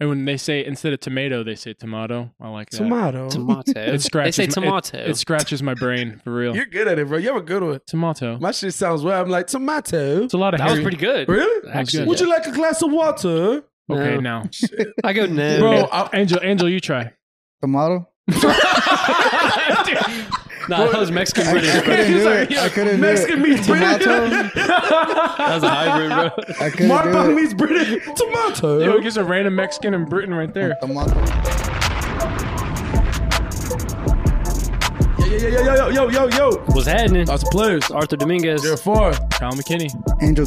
And when they say instead of tomato, they say tomato. I like that. Tomato. Tomato. It scratches they say my- tomato. It scratches my brain for real. You're good at it, bro. You have a good one. tomato. My shit sounds well. I'm like, tomato. It's a lot of that was Harry- pretty good. Really? That was Actually, good. Would you like a glass of water? Okay, No. now, I go no. bro, I- Angel, Angel, you try. Tomato? nah, that was Mexican I, I British. bro. couldn't do it. I couldn't do it. Mexican meets Tomato? British. That was a hybrid, bro. I couldn't Marpa do it. meets British. Tomato. Yo, just a random Mexican in Britain right there. Tomato. Yo, yo, yo, yo, yo, yo, yo. What's happening? Lots of players. Arthur Dominguez. You're four. Kyle McKinney. Angel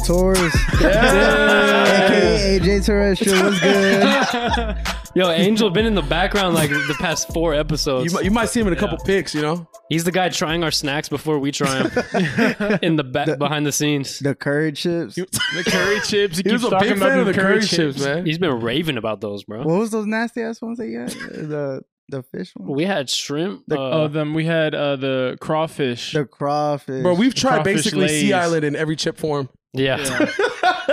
Torres. AKA AJ Torres. Shit was good. Yo, Angel been in the background like the past four You, episodes. might- you might see him in a couple picks, you know? He's the guy trying our snacks before we try them in the back behind the scenes. The curry chips. The curry chips. He, He was keeps a talking big about fan of the curry chips, man. He's been raving about those, bro. What was those nasty ass ones that you had? The the fish one? we had shrimp. The- uh, Oh, them we had uh, the crawfish. the crawfish. Bro, we've tried Crawfish basically Sea Lay's. Island in every chip form. yeah.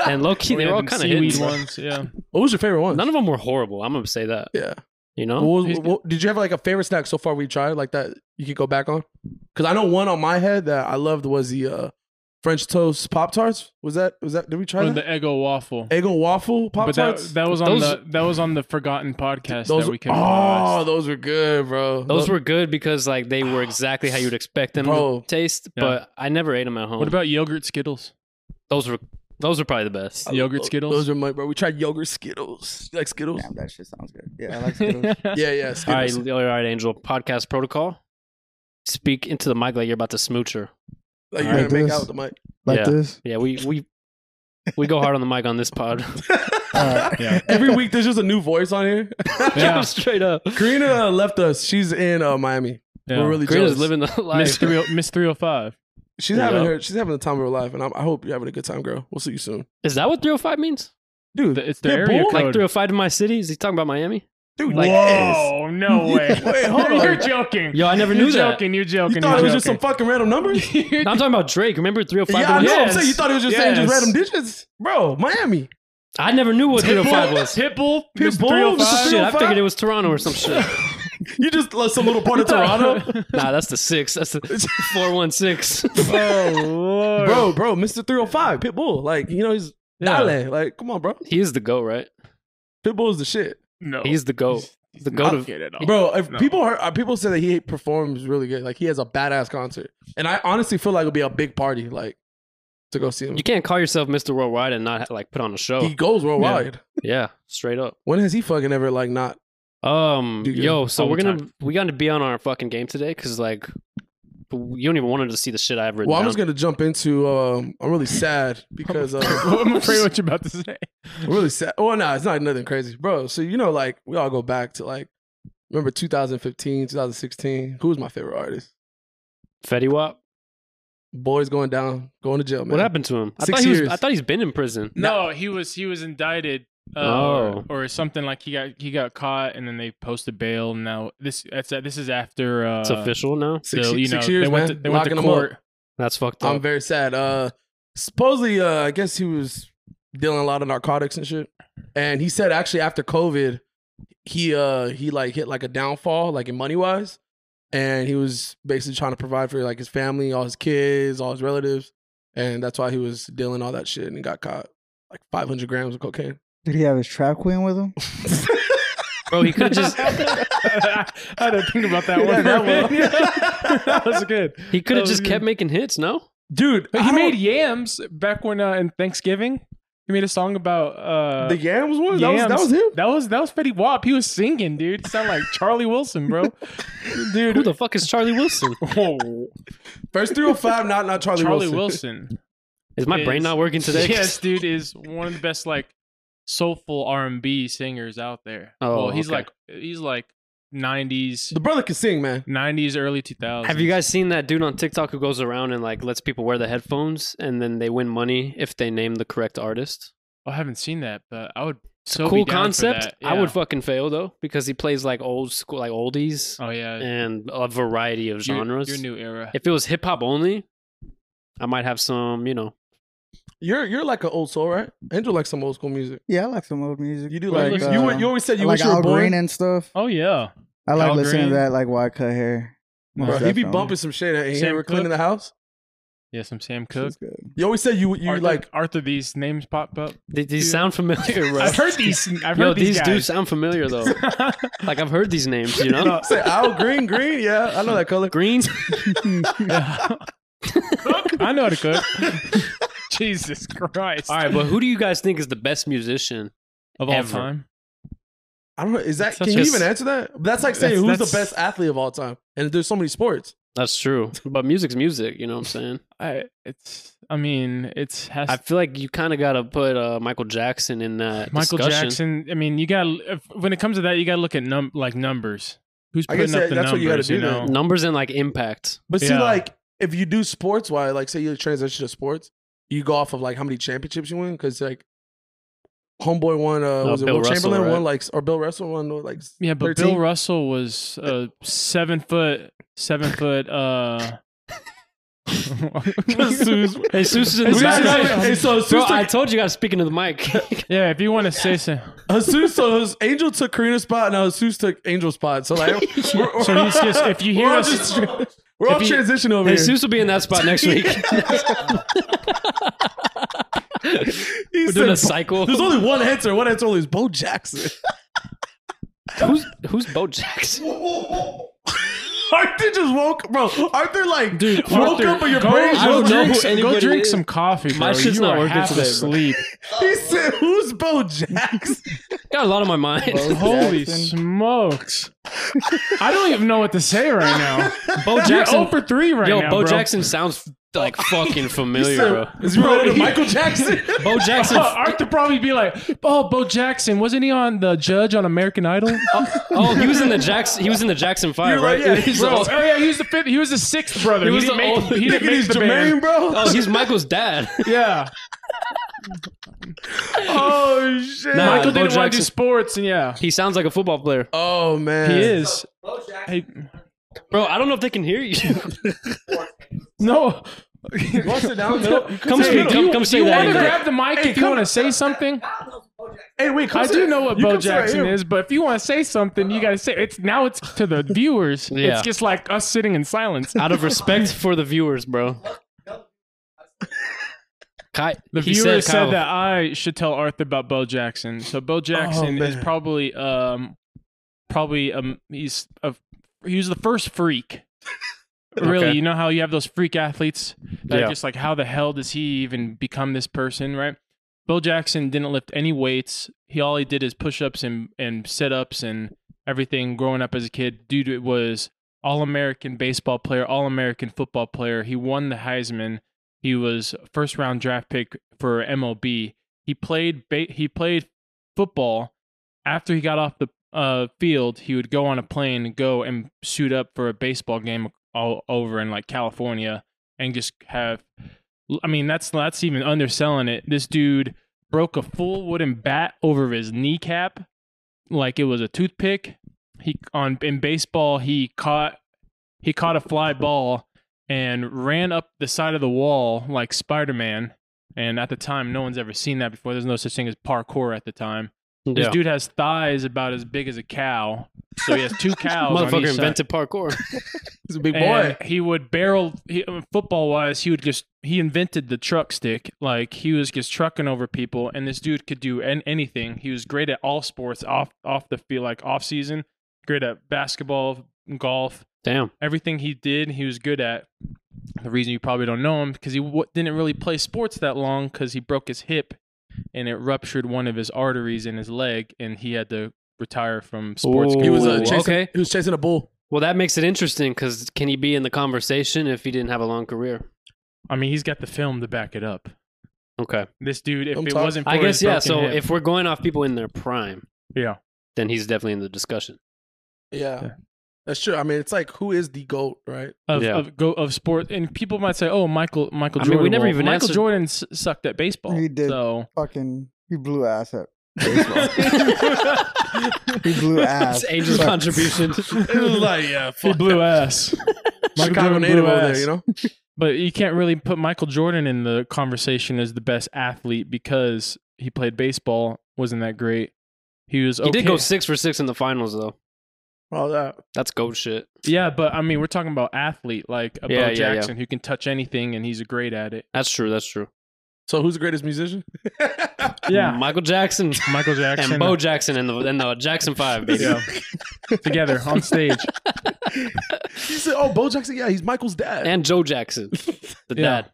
and low key, We they had were all them kind of seaweed hidden. bro. ones. Yeah. What was your favorite one? None of them were horrible. I'm gonna say that. Yeah. You know, What was- he's- what- did you have like a favorite snack so far we tried like that you could go back on? Because I know one on my head that I loved was the uh, French toast pop tarts. Was that was that? Did we try Or that? the Eggo waffle. Egg and waffle pop but that, tarts. that was on Those- the that was on the forgotten podcast that Those were we came oh, those were good, bro. those were good because like they were exactly how you'd expect them Bro. to taste. Yeah. But I never ate them at home. What about yogurt Skittles? those? Were those were probably the best. Yogurt Skittles. Those were my bro. We tried yogurt Skittles. You like Skittles? Damn, that shit sounds good. Yeah, I like Skittles. Yeah, yeah. All right, Skittles. all right, Angel. Podcast protocol. Speak into the mic like you're about to smooch her. like all you're right, gonna make this- out with the mic. Like Yeah. this. Yeah, we we we go hard on the mic on this pod. Alright. yeah. Every week there's just a new voice on here. Yeah. Straight up. Karina uh, left us. She's in uh, Miami. yeah. We're really Greta's jealous. living the Miss life. 30 oh, Miss 305. She's Yeah. having her. She's having the time of her life, and I'm, I hope you're having a good time, girl. We'll see you soon, Is that what 305 means? dude. The- It's their Yeah, area boy. code. Like 305 in my city? Is he talking about Miami? dude, Like- yes. Whoa, no way. Wait, hold on. You're joking. Yo, I never you're knew that. joking. You're joking. You thought it you're was just some fucking random numbers? yeah, No, I'm talking about Drake. Remember 305? I know. I'm Yes. saying you thought it was just saying just Yes. random digits, bro. Miami. I never knew what 305 Pitbull, was. Pitbull, Pitbull, Miss 305. Mr. Shit, I 305? figured it was Toronto or some shit. You just left some little part of Toronto, nah, that's the six. That's the 416. Oh, Lord. bro, bro. Mister 305, Pitbull. Like you know, he's Yeah. dialing. Like, come on, bro. He is the GOAT, right? Pitbull is the shit, No. He's the GOAT. The GOAT of. it at bro. If No. people heard, uh, people say that he performs really good. Like he has a badass concert, and I honestly feel like it'll be a big party, like to go see him. You can't call yourself Mr. Worldwide and not like put on a show. He goes worldwide. yeah, straight up. When has he fucking ever like not? Um, Dude, yo, so all we're the gonna we got to be on our fucking game today because like you don't even wanted to see the shit I've written. Well, I'm down. just gonna jump into. Um, I'm really sad because uh, I'm afraid what you're about to say. I'm really sad. Well, no, it's not nothing crazy, bro. So you know, like we all go back to like remember 2015, 2016. Who was my favorite artist? Fetty Wap. Boys going down, going to jail, man. What happened to him? I Six thought he was, years. I thought he's been in prison. No, he was he was indicted. Uh, Oh. or, or something like he got he got caught and then they posted bail. And now this that's this is after uh, It's official now. Six, so, ye- you six know, years, they went man. to, they went to Locking 'em up. court. That's fucked I'm up. very sad. Uh, supposedly, uh, I guess he was dealing a lot of narcotics and shit. And he said actually after COVID, he uh he like hit like a downfall like in money wise, and he was basically trying to provide for like his family, all his kids, all his relatives, and that's why he was dealing all that shit and he got caught like 500 grams of cocaine. Did he have his trap queen with him? Bro, he could just I had to think about that Yeah, one. that one. Yeah. that was good. he could have That was just good. kept making hits. No, Dude, But he made yams back when uh, in Thanksgiving. He made a song about uh, the yams one. That Yams. was that was him. That was that was Fetty Wap. He was singing, dude. He sounded like Charlie Wilson, bro. who Dude, the fuck is Charlie Wilson? whoa, First 305, not not Charlie, Charlie Wilson. Wilson. Is my brain Is- not working today? Yes, dude is one of the best like soulful R and B singers out there. Oh, well, he's okay. like he's like nineties, The brother can sing, man. nineties, early two thousands. Have you guys seen that dude on TikTok who goes around and like lets people wear the headphones and then they win money if they name the correct artist? Oh, I haven't seen that, but I would. It's so a be cool down for concept. that. I Yeah. would fucking fail though because he plays like old school, like oldies Oh yeah, and a variety of Your- genres. Your, new era. If it was hip hop only, I might have some, you know, You're you're like an old soul, right? Angel likes some old school music. Yeah, I like some old music. You do Like, like, listen- you, uh, were- you always said I you like wish you were Al born. Green and stuff. Oh yeah, I like Al listening Green. to that, like why I cut hair. Bro, Bro, Most he be definitely. bumping some shit and Sam here we're Cooke? cleaning the house. yeah. Some Sam Cook. She's good. You always said you you Arthur, like Arthur. These names pop up. They, they Dude. sound familiar, bro. I've heard these. I've Yo, heard these, do guys. sound familiar though. like I've heard these names, you know. No. say Al Green, Green, yeah, I know that color. Green. I know how to cook. Jesus Christ! All right, but who do you guys think is the best musician? of all Ever. time, I don't know. Is that It's such can you a- even answer that? That's like saying That's- who's the that's- best athlete of all time, and there's so many sports. That's true. But music's music, you know what I'm saying? I it's. I mean, it's has. I feel like you kind of got to put uh, Michael Jackson in that Michael discussion. Jackson. I mean, you got to when it comes to that, you got to look at num like numbers. Who's I putting guess up that- the that's what numbers? you You, gotta do know, Numbers and like impact. But see, Yeah. like if you do sports, why like say you transition to sports, you go off of like how many championships you win because like homeboy won, uh, was it Bill Will Russell, Chamberlain right? won like or Bill Russell won like yeah. But 13? Bill Russell was uh, seven foot, seven foot. uh Sue's- Jesus is in Hey, the Sue's back. not- Hey, so Bro, Sue's I took, told you guys speaking to the mic. yeah, if you want to say something. Jesus, so his Angel took Karina's spot, and Jesus took Angel's spot. So like, we're, So he's just- if you hear we're all us- just- we're all if you- transitioning over here. Jesus will be in that spot next week. He We're doing a said- cycle. There's only one answer. One answer only is Bo Jackson. Who's who's Bo Jackson? Arthur just woke, bro. Arthur like Dude, woke Arthur, up, but your go, brain go I don't just know drink, who some, go anybody drink is. some coffee, bro. My shit's you not are working half today, bro. asleep. He said, "Who's Bo Jackson?" Got a lot on my mind. Bo Holy Jackson. smokes! I don't even know what to say right now. Bo Jackson, You're Jackson. 0 for three right Yo, now, Bo bro. Jackson sounds like fucking familiar, bro. Is he related to he- Michael Jackson? Bo Jackson. Oh, Arthur probably be like, "Oh, Bo Jackson wasn't he on the judge on American Idol?" Oh, he was in the Jackson. He was in the Jackson Five, You're right? right, yeah. He's Bro, old- oh yeah, he was the fifth. He was the sixth brother. He He, was didn't the make, old- he didn't Thinking make he's the Jermaine, band. bro. oh, he's Michael's dad. Yeah, Oh shit! Nah. Michael Bo didn't want to do Jackson. sports, and yeah, He sounds like a football player, Oh man, he is. Hey, bro. I don't know if they can hear you. no, You wanna sit down, middle? You Come sit speak. middle. Come, you- come say you that. want to Andrew. grab the mic Hey, if you come- want to say something? Hey, wait. Come I sit- do know what you Bo come sit right Jackson here. is, but if you want to say something, you got to say it's now. It's to the viewers. Yeah. It's just like us sitting in silence. Out of respect for the viewers, bro. Kai, The he viewer said, Kyle. Oh, that I should tell Arthur about Bo Jackson. So Bo Jackson is man. probably um probably um he's a, he was the first freak. really, Okay. you know how you have those freak athletes that Yeah. are just like how the hell does he even become this person, right? Bo Jackson didn't lift any weights. He all he did is push-ups and and sit-ups and everything growing up as a kid. Dude was all-American baseball player, all-American football player. He won the Heisman. He was first round draft pick for MLB. He played ba- he played football. After he got off the uh, field, he would go on a plane and go and suit up for a baseball game all over in like California and just have. I mean, that's that's even underselling it. This dude broke a full wooden bat over his kneecap, like it was a toothpick. He on in baseball he caught he caught a fly ball and ran up the side of the wall like Spider Man. And at the time, no one's ever seen that before. There's no such thing as parkour at the time. This Yeah. dude has thighs about as big as a cow, so he has two cows. on Motherfucker each side. invented parkour. He's a big And boy. he would barrel he, football wise. He would just he invented the truck stick. Like he was just trucking over people. And this dude could do an, anything. He was great at all sports off off the field, like off season. Great at basketball, golf, Damn. everything he did, he was good at. The reason you probably don't know him because he w- didn't really play sports that long because he broke his hip and it ruptured one of his arteries in his leg, and he had to retire from sports. Ooh. He was uh, Ooh, chasing. okay. He was chasing a bull. Well, that makes it interesting because can he be in the conversation if he didn't have a long career? I mean, he's got the film to back it up. Okay. This dude, if I'm it talk- wasn't for I guess his yeah. broken So hip- if we're going off people in their prime, yeah, then he's definitely in the discussion. Yeah. Yeah. That's true. I mean, it's like who is the goat, right? of, Yeah. of go of sport, and people might say, "Oh, Michael, Michael I mean, Jordan." we never will- even Michael answered- Jordan s- sucked at baseball. He did. So Fucking, he blew ass up. He blew It's ass. Angel's Fuck. contribution. It was like yeah, he fuck. blew ass. Chicago Jordan native blew over there, ass. you know. But you can't really put Michael Jordan in the conversation as the best athlete because he played baseball, wasn't that great. He was okay. He did go six for six in the finals though. All that. That's goat shit. yeah, but I mean, we're talking about athlete like a Yeah, yeah, Bo yeah. Jackson who can touch anything and he's great at it. That's true. That's true. So who's the greatest musician? Yeah, Michael Jackson Michael Jackson uh, and Bo Jackson and the and the Jackson Five. Baby. Yeah. together on stage. he said, "Oh, Bo Jackson. Yeah, he's Michael's dad." And Joe Jackson, Yeah. the dad.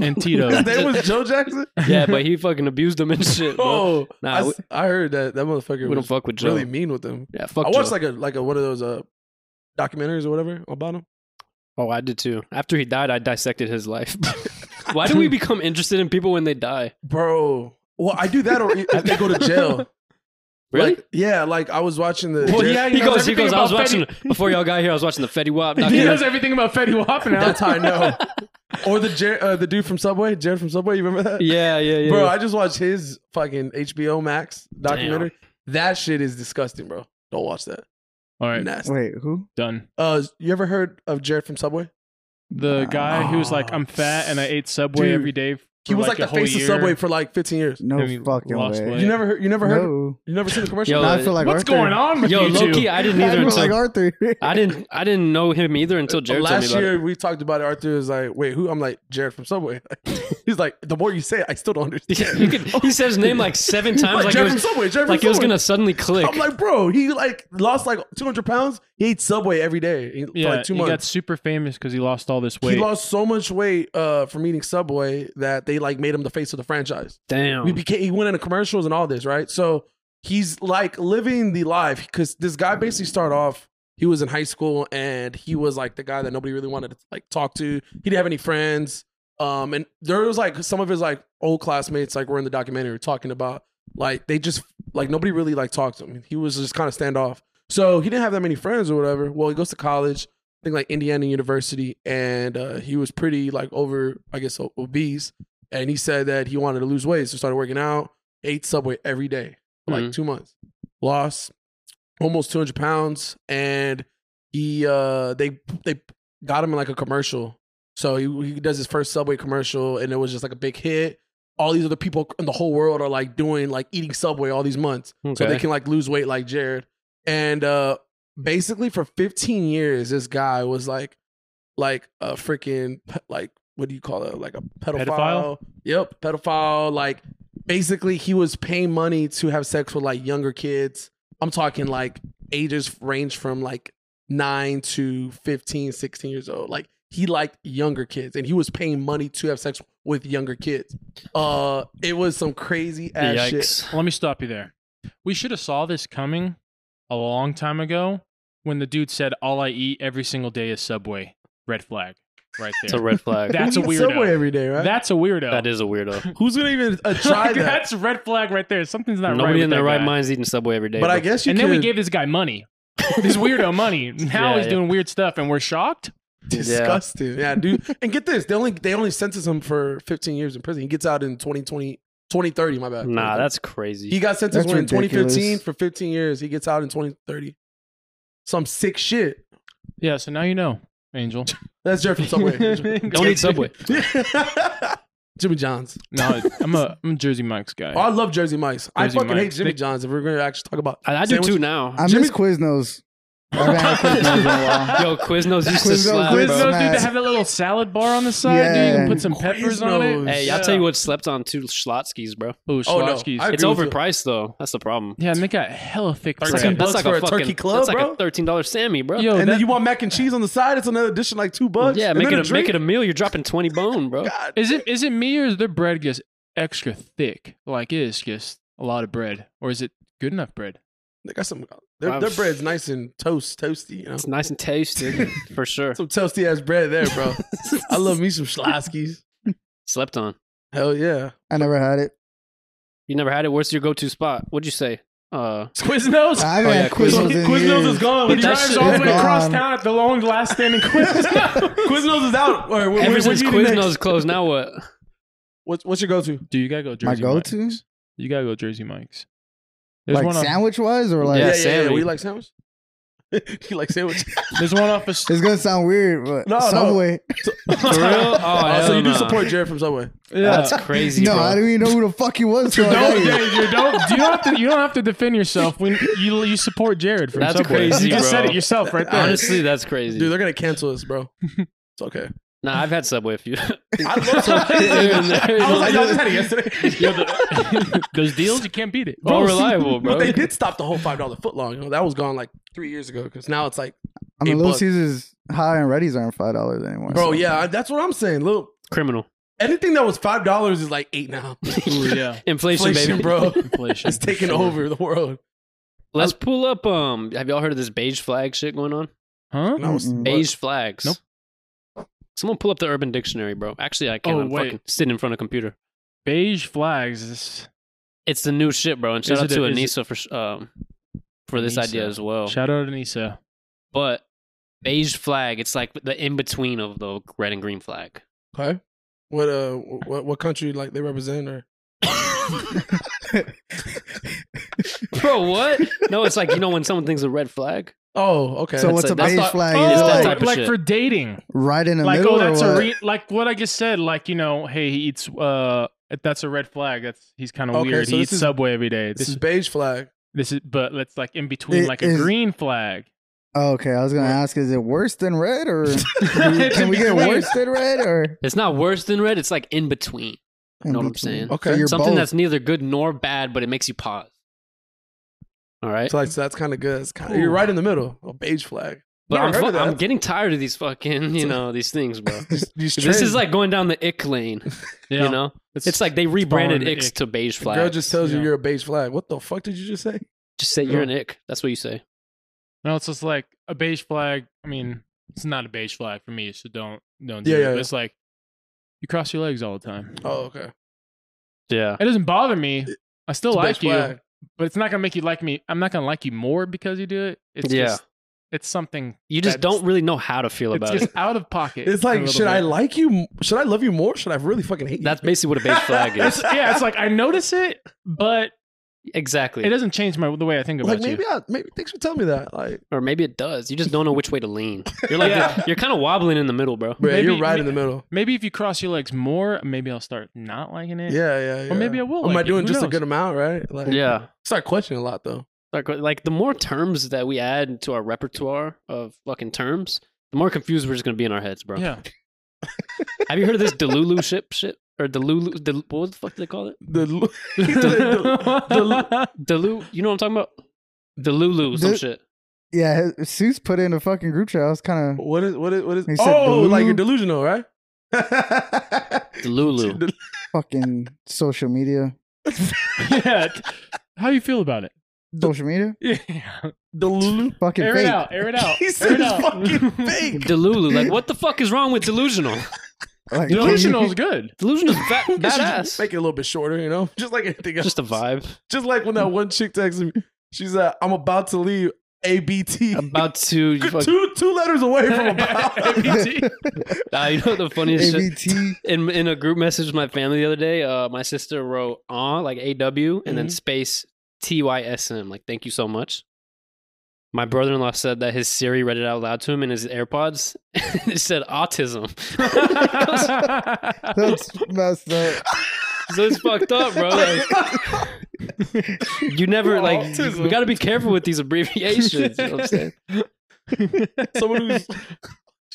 and Tito. His name was Joe Jackson. Yeah, but he fucking abused him and shit. Bro. Oh, Nah, I, we- s- I heard that that motherfucker we don't was fuck with Joe. really mean with him. yeah, fuck. I watched Joe. like a like a one of those uh documentaries or whatever about him. Oh, I did too. After he died, I dissected his life. Why do we become interested in people when they die? Bro, well, I do that or if they go to jail. Really? Like, yeah, like I was watching the. Well, Jer- yeah, he, he knows goes. He everything goes. I was about watching before y'all got here. I was watching the Fetty Wap. he documentary. knows everything about Fetty Wap now. that's how I know. or the Jer- uh, the dude from Subway, Jared from Subway. You remember that? Yeah, yeah, yeah. bro, yeah. I just watched his fucking HBO Max documentary. That shit is disgusting, bro. Don't watch that. All right, Nasty. Wait, who? done. Uh, you ever heard of Jared from Subway? The guy who was like, Oh. "I'm fat and I ate Subway Dude. every day." For He was like, like, a the face whole year. of Subway for like 15 years. No Then we fucking lost way. weight. You never heard? You never heard? No. You never seen the commercial? Yo, Now I feel like What's Arthur. going on with Yo, you low two? key, I Uh, didn't I either feel like until Arthur. I didn't. I didn't know him either until Jared told me Last about year it. we talked about it. Arthur was like, "Wait, who?" I'm like, "Jared from Subway." He's like, "The more you say, it, I still don't understand." Yeah, you could- he said his name like seven times, Like, like, it Jared was from Subway. Jared like from it was Subway. gonna suddenly click. I'm like, bro, he like lost like 200 pounds. He ate Subway every day he- Yeah, for like two he got months. super famous because he lost all this weight. He lost so much weight uh, from eating Subway that they like made him the face of the franchise. Damn. We became he went into commercials and all this, right? So he's like living the life because this guy basically started off. He was in high school and he was like the guy that nobody really wanted to like talk to. He didn't have any friends. Um, and there was like some of his like old classmates, like were in the documentary talking about like they just like nobody really like talked to him. He was just kind of standoff. So he didn't have that many friends or whatever. Well, he goes to college, I think like Indiana University, and uh, he was pretty like over, I guess, o- obese and he said that he wanted to lose weight, so started working out, ate Subway every day for like Mhm. two months, lost almost 200 pounds, and he uh they they got him in like a commercial. So he, he does his first Subway commercial, and it was just like a big hit. All these other people in the whole world are like doing like eating Subway all these months, so they Okay. can like lose weight like Jared. And uh basically for 15 years, this guy was like like a freaking pe- like what do you call it? Like a pedophile. Pedophile? Yep, pedophile. Like basically he was paying money to have sex with like younger kids. I'm talking like ages range from like 9 to 15, 16 years old. Like he liked younger kids and he was paying money to have sex with younger kids. Uh it was some crazy ass shit. Yikes. Let me stop you there. We should have saw this coming a long time ago when the dude said, "All I eat every single day is Subway." Red flag, right It's a there. red flag. That- That's Who a eats weirdo. Subway every day, right? That's a weirdo. that is a weirdo. Who's gonna even uh, try Like, that? That's a red flag right there. Something's not right. Nobody with in their that right guy. mind's eating Subway every day. But I bro. guess you And could. then we gave this guy money. this weirdo money. Now Yeah, he's yeah. doing weird stuff, and we're shocked. disgusting. Yeah. dude. And get this, they only they only sentenced him for 15 years in prison. He gets out in 2020, 2030. My bad. Nah, that's crazy. he got sentenced That's when in 2015 ridiculous. for 15 years. He gets out in 2030. Some sick shit. Yeah. So now you know, Angel. That's Jeff from Subway. Don't eat Subway. Jimmy John's. no, I'm a I'm a Jersey Mike's guy. Oh, I love Jersey Mike's. I Jersey fucking hate Mike's. Jimmy They- John's. If we're going to actually talk about, I, I do sandwiches. too now. I Jimmy- miss Quiznos. I haven't had Quiznos in a while. Yo, Quiznos used to Quiznos, slap. Quiznos, bro. dude, they Smash. have that little salad bar on the side. Dude, you Yeah. can put some peppers on it. Quiznos. Hey, I'll tell you what slept on two Schlotzky's, bro. Oh, Oh, no. Schlotzky's. I It's agree with overpriced though. That's the problem. Yeah, and they got hella thick That's It's bread. like a, Thirteen that's bucks like for a a fucking turkey club, that's like bro? a thirteen dollar Sammy, bro. Yo, and that, then you want mac and cheese on the side. It's another addition, like two bucks. yeah, And make then a it a, make drink. it a meal. You're dropping twenty bone, bro. God is it is it me or is their bread just extra thick? Like it is just a lot of bread, or is it good enough bread? They got some. Their, Wow. their bread's nice and toast, toasty. You know, It's nice and tasty for sure. some toasty ass bread there, bro. I love me some Schlotzky's. Slept on. Hell yeah, I never had it. You never had it. Where's your go-to spot? What'd you say? Uh, Quiznos. I haven't Oh, yeah, had Quiznos in years. gone. He That drives shit all the is way across gone. town at the long last standing Quiznos. Quiznos is out. Or, where, ever where- where'd since you eat Quiznos next? closed, now what? What's, what's your go-to? Dude, you gotta go Jersey. My Mike's. go-to? You gotta go Jersey Mike's. There's Like one on sandwich wise or like Yeah, yeah, yeah, yeah. Sammy. We like sandwich. he likes sandwiches. There's one off of It's gonna sound weird, but No, no. Subway. For real? Oh, Oh, hell so you do nah. support Jared from Subway. That's crazy, No, bro. I don't even know who the fuck he was. till I got Don't, here. Jared, you don't you don't have to you don't have to defend yourself when you you support Jared from That's Subway. crazy, You just bro. said it yourself right there. Honestly, that's crazy. Dude, they're gonna cancel us, bro. It's okay. nah, I've had Subway a few. I love Subway. I was like, I just had it yesterday. Yo, the- Those deals you can't beat it. All reliable, bro. Oh, But they did stop the whole five dollar footlong. You know, that was gone like three years ago. Because now it's like, I mean, Eight Little bucks. Caesars high and ready's aren't five dollars anymore. bro, so- yeah, I- that's what I'm saying. Little Criminal. anything that was five dollars is like eight now. Ooh, yeah. Inflation, Inflation, baby. bro. Inflation. It's taking Sure. over the world. Let's pull up. Um, have y'all heard of this beige flag shit going on? Huh? No, it's- Mm-mm. Beige flags. Nope. Someone pull up the Urban Dictionary, bro. Actually, I can't. Oh, I'm wait. fucking sitting in front of a computer. Beige flags. Is, It's the new shit, bro. And Is shout out it to a- is Anissa for sh- um for this idea Anissa. as well. shout out to Anissa. but beige flag, it's like the in between of the red and green flag. Okay. What uh, what what country like they represent or? Bro, what? No, it's like you know when someone thinks a red flag. Oh, okay. So what's a- a that's beige not- flag? Oh, Is it that like type of like shit. for dating. right in the like middle. oh, that's or a what? re- like what I just said. Like you know, hey, he eats. Uh, that's a red flag. That's he's kind of Okay, weird. so he this eats is- Subway every day. this This is beige flag. this is but let's like in between It like a is- green flag. Oh, okay, I was gonna Right. ask: Is it worse than red, or It's in can we get between. worse than red, or It's not worse than red. It's like in between. You know what I'm saying? Okay. you're Something both. that's neither good nor bad, but it makes you pause. All right. So like, so that's kind of good. It's kinda, you're right in the middle. A beige flag. But Never I'm, heard fu- of that. I'm getting tired of these fucking, you know, these things, bro. These- these This trends. is like going down the ick lane, you know? It's, like they following rebranded the icks ick. to beige the flag. girl just tells you yeah. you're a beige flag. What the fuck did you just say? just say you're an ick. That's what you say. no, it's just like a beige flag. I mean, it's not a beige flag for me, so don't don't. Do Yeah, it. yeah, But yeah. It's like you cross your legs all the time. Oh, okay. Yeah. It doesn't bother me. I still It's a like beige you, flag. but it's not gonna make you like me. I'm not gonna like you more because you do it. It's Yeah. just it's something. You just that's- don't really know how to feel It's about just it. out of pocket. It's a like, little should I bit. like you? m- Should I love you more? Should I really fucking hate you? That's basically what a beige flag is. yeah, it's like I notice it, but Exactly. it doesn't change my the way I think about like you. maybe I maybe thanks for telling me that. Like, or maybe it does. You just don't know which way to lean. You're like Yeah. you're kind of wobbling in the middle, bro. bro, Maybe- you're right in the middle. Maybe if you cross your legs more, maybe I'll start not liking it. Yeah, yeah, yeah. Or maybe I will Am I like it. doing Who just a knows? good amount? Right? Like, Yeah. Start questioning a lot though. Like, like the more terms that we add to our repertoire of fucking terms, the more confused we're just gonna be in our heads, bro. Yeah. Have you heard of this Delulu ship shit or Delulu? Del, what the fuck do they call it? The, l- the, the, Delu. You know what I'm talking about? Delulu some Del- shit. yeah, his- Seuss put it in a fucking group chat. I was kind of what is what is what is? He said Oh, like delu- you're delusional, right? Delulu. fucking social media. yeah. How you feel about it? Social media, Yeah. Delulu. fucking Air it fake. out. Air it out. He air said it it's out. fucking fake. Delulu. Like what the fuck is wrong with delusional? Like, can you- Delusional is good. Delusional's fat, You should just badass. Make it a little bit shorter, you know, just like anything else. Just a vibe. Just like when that one chick texted me, she's like, "I'm about to leave." ABT. About to you fuck, two two letters away from about. Nah, you know what the funniest shit. ABT. in in a group message with my family the other day, uh, my sister wrote "ah" like "aw" and then Mhm. space "t y s m" like "thank you so much." My brother-in-law said that his Siri read it out loud to him in his AirPods. it said autism, That's messed up. so it's fucked up, bro. Like, you never like you- we Autism. got to be careful with these abbreviations. you know what I'm saying? Someone who's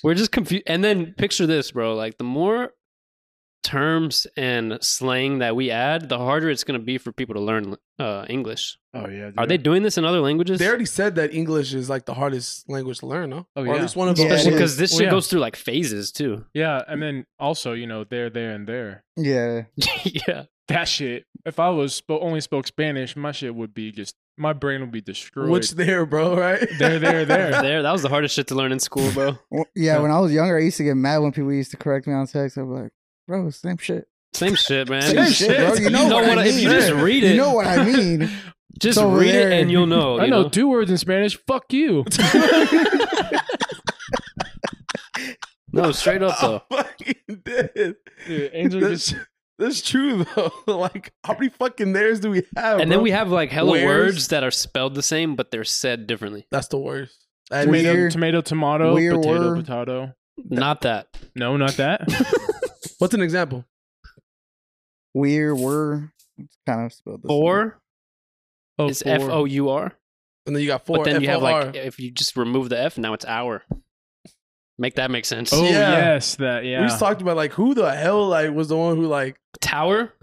We're just confused. And then picture this, bro. Like the more terms and slang that we add, the harder it's going to be for people to learn uh, English. oh yeah. Are they doing this in other languages? they already said that English is like the hardest language to learn, no? Oh, Or yeah. at least one of Yeah, the it Especially is. because this Well, shit yeah. goes through like phases too. Yeah, and then also, you know, there, there, and there. Yeah, yeah. That shit. If I was spo- only spoke Spanish, my shit would be just my brain would be destroyed. Which there, bro, right? There, there, there. There, that was the hardest shit to learn in school, bro. Well, yeah. When I was younger, I used to get mad when people used to correct me on text. I'm like, bro, same shit. Same shit, man. Same shit, bro. You know what I if you mean. just read it, You know what I mean? just over read there. it and you'll know. I you know, know? two words in Spanish. Fuck you. No, straight up though. I'm fucking dead. Dude, Angel That's, that's true though. like, how many fucking theirs do we have? And then Oh, bro? we have like hella Where's- words that are spelled the same, but they're said differently. That's the worst. I mean, Tomato, Weird. tomato, tomato, Weird potato, word. potato. Not that. No, not that. what's an example? Weird were. It's kind of spelled this. Four Oh, is four. F O U R. And then you got four. But then you have FOR. like if you just remove the F, now it's hour. Make that make sense. Oh, Yeah. yes, that yeah. we just talked about like who the hell like was the one who like Tower.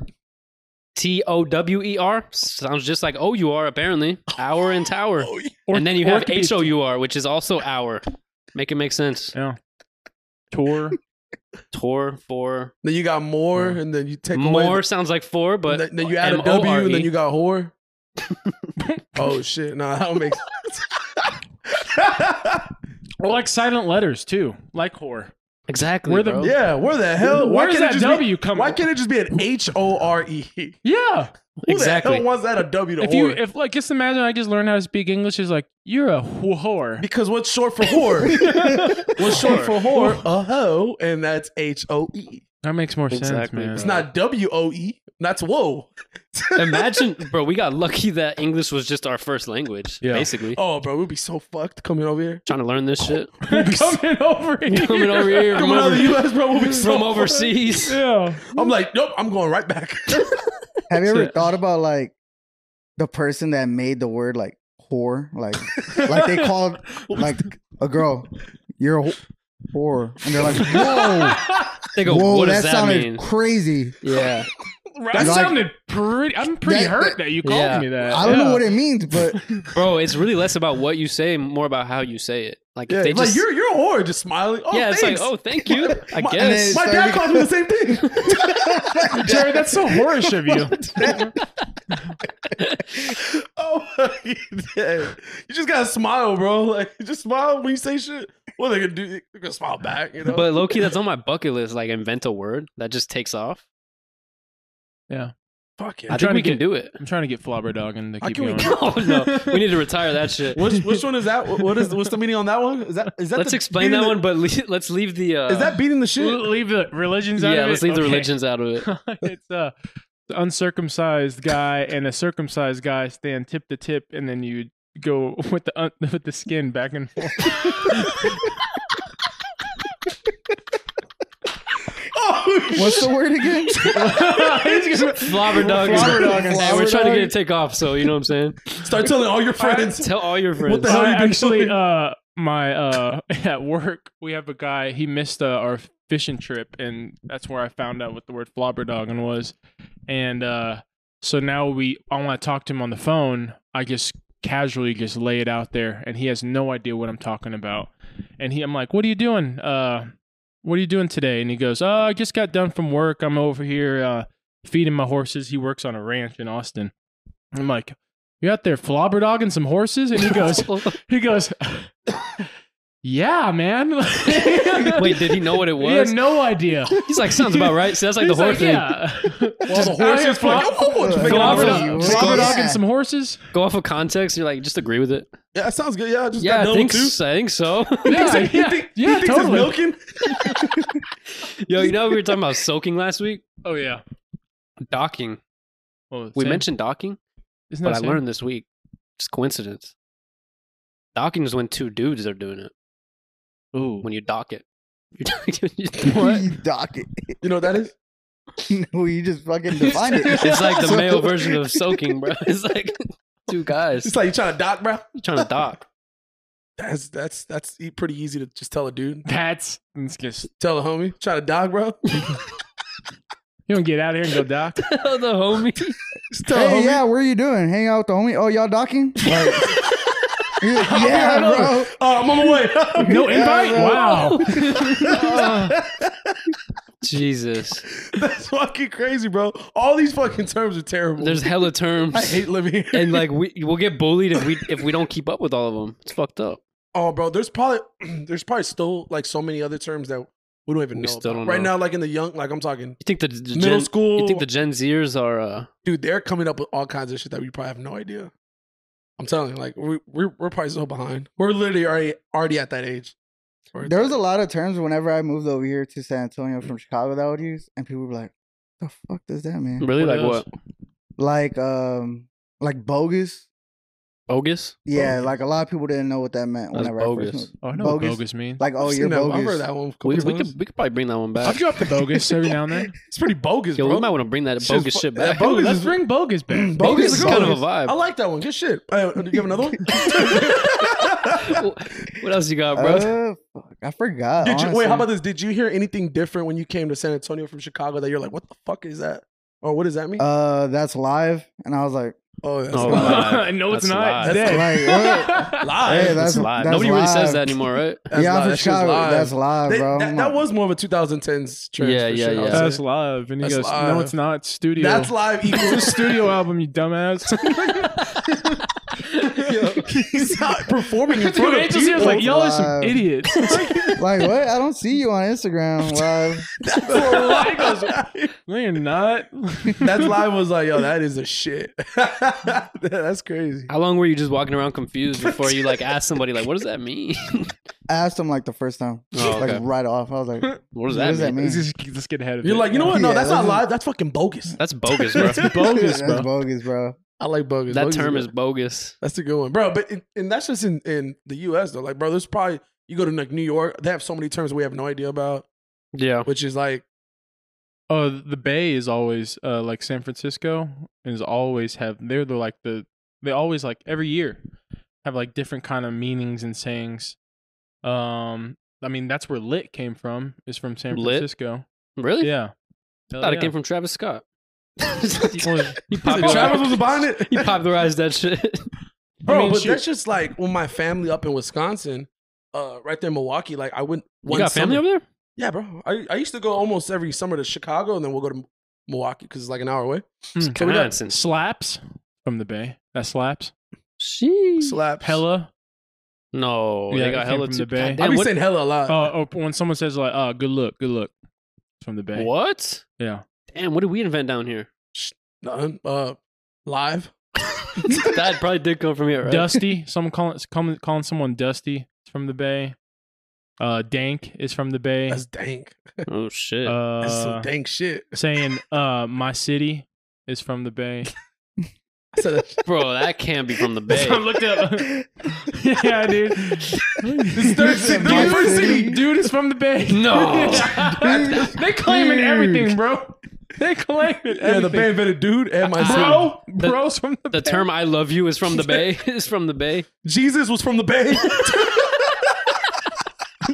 T O W E R sounds just like O U R apparently. Hour and tower. oh, Or- and then you or have it could be H O U R, which is also hour. Make it make sense. tour. Tor four. then you got more Yeah. and then you take away More the- sounds like four, but then, then you add a W and then you got whore. oh shit! Nah, that don't make sense. Or like silent letters too, like whore. exactly. Where the- bro. yeah, where the hell? Where does can't that it just be- W come? Why can't it just be an H O R E? Who Yeah. the Exactly. hell wants that a W to If whore? you if like just imagine I just learned how to speak English is like you're a whore. because what's short for whore? what's short for whore? A hoe, and that's H O E. That makes more sense, Exactly, man. bro. It's not W O E. That's whoa. Imagine, bro, we got lucky that English was just our first language, Yeah. basically. Oh, bro, we'd be so fucked coming over here. Trying to learn this shit. coming over here. Coming over here from, Coming out of over, the U.S., bro, we'll be so from fucked. overseas. Yeah. I'm like, nope, I'm going right back. Have you ever So- thought about like the person that made the word like whore? Like, like they called like a girl, you're a wh- whore, and they're like, whoa, They go, whoa, what that, does that, sounded mean? crazy. Yeah. That Like- sounded pretty. I'm pretty That- hurt that you called Uh, Yeah. me that. I don't Yeah. know what it means, but Bro, it's really less about what you say, more about how you say it. Like, yeah, if they like just. you're you're a whore, just smiling. Oh, yeah, thanks. it's like, oh, thank you. I My- guess. my and dad calls me the same thing. Jerry. That's so whoreish of you. oh, yeah. you just gotta smile, bro. Like, just smile when you say shit. Well, they can do, they can smile back, you know. But low key, that's on my bucket list. Like, invent a word that just takes off. fuck it. I trying think to we can get- do it. I'm trying to get Flobber Dog and to How keep can we going. get- Oh, no. We need to retire that shit. Which which one is that? What what is what's the meaning on that one? Is that is that? Let's the explain beating that the- one, but le- let's leave the. Uh, Is that beating the shit? We'll leave the religions out of Yeah, it? let's leave the Okay. religions out of it. it's uh, the uncircumcised guy and a circumcised guy stand tip to tip, and then you go with the un- with the skin back and forth. Oh, what's the word again? Flobber dog. is- Flobber dog is- Hey, we're Flobber trying to get dog. it take off, so you know what I'm saying? Start telling all your friends. Tell all your friends. the hell I you been actually doing? uh my uh at work we have a guy he missed uh, our fishing trip and that's where I found out what the word flobberdogging was and uh so now we I want to talk to him on the phone I just casually just lay it out there and he has no idea what I'm talking about and he I'm like what are you doing uh what are you doing today and he goes oh I just got done from work I'm over here uh feeding my horses he works on a ranch in Austin I'm like you out there flobberdogging some horses and he goes he goes, "Yeah, man." Wait, did he know what it He had was? no idea. He's like, sounds about right. So that's like the He's whole like, thing. Yeah. While the horses Flop- like, oh, what you making out Flop it for up. you? Flop Flobber it Yeah. dogging some horses. Go off of context. You're like, just agree with it. Yeah, that sounds good. Yeah, I just Yeah, got done I think, with two. so, I think so. Yeah, He yeah, think- yeah, he thinks totally. it's milking. Yo, you know how we were talking about soaking last week? Oh yeah. Docking. Well, We same. mentioned docking, Isn't but that I same? learned this week. Just coincidence. Docking is when two dudes are doing it. Ooh. When you dock it. You dock it. You know what that is? No, you just fucking defined it. It's like the male version of soaking, bro. It's like two guys It's like you trying to dock, bro. trying to dock. That's that's that's e- pretty easy to just tell a dude, That's it's just tell a homie, try to dock, bro. you don't get out of here and go doc. the homie. Just tell a Hey, homie. yeah, where you doing? Hang out with the homie? Oh, y'all docking? Like, yeah, yeah, bro. Oh, I'm on my way. No invite. bro. wow. Oh. Jesus. that's fucking crazy, bro. All these fucking terms are terrible. There's hella terms. I hate living here. and like we we'll get bullied if we if we don't keep up with all of them. It's fucked up. oh, bro, there's probably there's probably still like so many other terms that we don't even We know. still about. don't right know. now, like in the young, like I'm talking You think the, the middle gen, school. You think the Gen Zers are uh dude, they're coming up with all kinds of shit that we probably have no idea. I'm telling you, like we we're, we're probably so behind. We're literally already already at that age. We're- There was a lot of terms whenever I moved over here to San Antonio from Chicago that I would use, and people were like, "The fuck does that mean?" really What like else? what? Like, um, like bogus. Bogus? Yeah, like a lot of people didn't know what that meant. That's whenever I bogus. first Oh, I know Bogus. what bogus means. like, oh, I've you're seen that- I've bogus. heard that one. a couple We, we times. could we could probably bring that one I back. drop the bogus every now and then. It's pretty bogus, Yo, bro. we might want to bring that Shit's bogus fu- shit that back. bogus Let's is- bring bogus back. Bogus Bogus is is good. kind of a vibe. I like that one. Good shit. Uh, do you have another one? what else you got, bro? Uh, fuck, I forgot. Did you, wait, honestly. how about this? Did you hear anything different when you came to San Antonio from Chicago that you're like, what the fuck is that? Or what does that mean? Uh, that's live, and I was like, oh, that's oh, live. wow. I know it's That's not. live. It's like, dead. what? Live. Hey, that's It's live. that's Nobody really says live. that anymore, right? That's yeah, live. I'm That from shit's Chicago. live. That's live, They- bro. that, I'm that like- was more of a 2010s trend. Yeah, for yeah, sure, I yeah. would say. That's live. And he That's goes, live. no, it's not. It's studio. That's live It's a equals studio album, you dumbass. He's not performing in Dude, front of Angel C people. was like, y'all are some Live. idiots. like, what? I don't see you on Instagram live. no, you're not. That's live was like, yo, that is a shit. that's crazy. How long were you just walking around confused before you like asked somebody like, "What does that mean? I asked him like the first time, Oh, okay. like right off. I was like, what What does that does mean? that mean? Let's, just, let's get ahead of it. You're like, you know what? No, Yeah, that's not that's- live. That's fucking bogus. That's bogus, bro. bogus, That's bro. bogus, bro. I like bogus. that Bogus term good. is bogus. That's a good one, bro. But it, and that's just in in the U.S. though. Like, bro, there's probably you go to like New York, they have so many terms we have no idea about, Yeah. which is like, Oh, the Bay is always uh, like San Francisco is always have they're the like the they always like every year have like different kind of meanings and sayings. Um, I mean that's where lit came from is from San Lit? Francisco. Really? Yeah, Hell I thought yeah. it came from Travis Scott. Well, he, Travis popularized, was behind it, he popularized that shit. bro. I mean, but shit. that's just like when my family up in Wisconsin, uh, right there in Milwaukee. Like, I went. You got family over there? Yeah, bro. I I used to go almost every summer to Chicago, and then we'll go to Milwaukee because it's like an hour away. Hmm. So we got- Wisconsin. slaps from the Bay. That slaps. Sheesh. Slaps. Hella. No, Yeah, they it got came hella from too. the Bay. I Goddamn, be what- saying hella a lot. Oh, oh, when someone says like, "Oh, good look, good look," it's from the Bay. what? Yeah. Damn, what did we invent down here? Nothing. Uh, live. that probably did come from here, right? Dusty. Someone calling calling calling someone Dusty. It's from the Bay. Uh, dank is from the Bay. That's dank. Oh shit. That's some Uh, dank shit. saying uh, my city is from the Bay. I said that. Bro, that can't be from the Bay. I looked up. yeah, dude. third city- Dude, my first city. city, dude is from the Bay. No. they claiming Dude. everything, bro. They claiming everything. Yeah, the band invented dude and my city. Bro, The- bro's from the, the Bay. term "I love you" is from the Bay. is from the Bay. Jesus was from the Bay.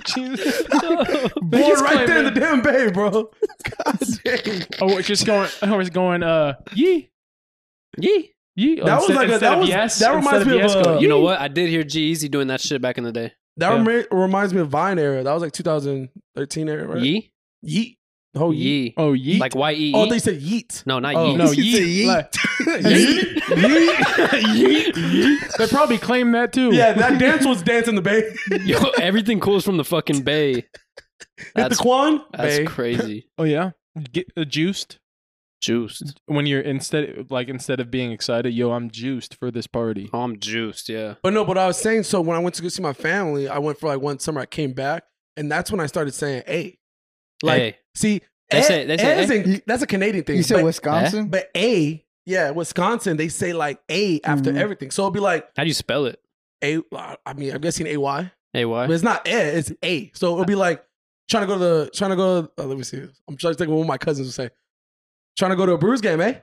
Jesus. Born Biggest right claim, there in the man. damn Bay, bro. God dang. Oh, it's just going. Oh, it's going. Uh, yee, Yee. yee. Oh, That was instead- like a- instead that of was- yes, that instead reminds me of, yes, go uh, yee. You know what? I did hear G Easy doing that shit back in the day. That Yeah. remi- reminds me of Vine era. That was like 2013 era, right? Yee. Yeet. Oh, yeet. Yee. Oh, yee. Like Y E. Oh, they said yeet. No, not Oh, yee. no, He said yee. yeet. Like, Yeet. yeet, yeet. They probably claim that too. Yeah, that dance was dance in the Bay. Yo, everything cool is from the fucking Bay. Hit the That's, Quan. that's Bay. crazy. Oh yeah. Get uh, juiced Juiced. when you're instead like instead of being excited, yo, I'm juiced for this party. Oh, I'm juiced. Yeah. But no, but I was saying, so when I went to go see my family, I went for like one summer, I came back, and that's when I started saying, hey. Like, hey, see, They eh, say- they say eh is eh. in- that's a Canadian thing. You said but- Wisconsin? But A, yeah, Wisconsin, they say like A after Mhm. everything. So it'll be like how do you spell it? A, I mean, I'm guessing AY, Hey, why? but it's not A, it's A. So it'll be like trying to go to the, trying to go, oh, let me see. this. I'm trying to think of what my cousins would say. Trying to go to a Brewers game, eh?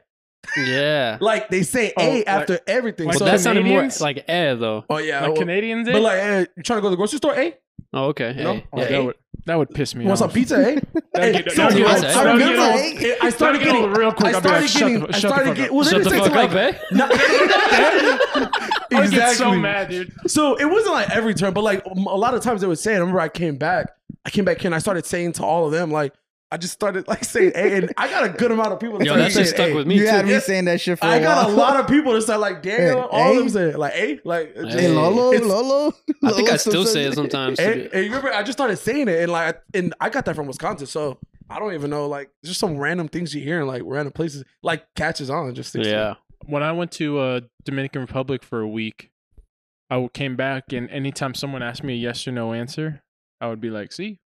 Yeah. Like they say Oh, A like- after everything. like Well, so that sounded more Canadians? like eh though. oh, yeah. like well, Canadians, eh? but like, eh, you trying to go to the grocery store, eh? Oh, okay. You know? Hey. Oh, Yeah, that, hey. would, that would piss me You want off. some pizza, eh? That'd Hey, get- so that'd get I- old. I That'd get remember- old. eh, I started That'd get getting old real quick. I I'd be like, started shut the getting. fu- shut I the started fuck getting. up. Well, then Shut it the takes fuck like up, eh? Not, I would exactly. get so mad, dude. So it wasn't like every turn, but like um, a lot of times they would say. it. I remember I came back. I came back here and I started saying to all of them like I just started like saying hey, and I got a good amount of people. That Yo, started that shit saying, stuck "Hey." with me You had too. me Yeah. saying that shit for I a got a while. lot of people that started like Daniel. Hey, all of hey? them said like hey like. it Hey, Just, Hey. Lolo, It's- Lolo. I think I Lolo still say it says- sometimes. to and, be- and you remember I just started saying it and like and I got that from Wisconsin so. I don't even know, like, just some random things you hear in like random places, like catches on. and Just sticks to you. Yeah. when I went to uh, Dominican Republic for a week, I w- came back, and anytime someone asked me a yes or no answer, I would be like, "See."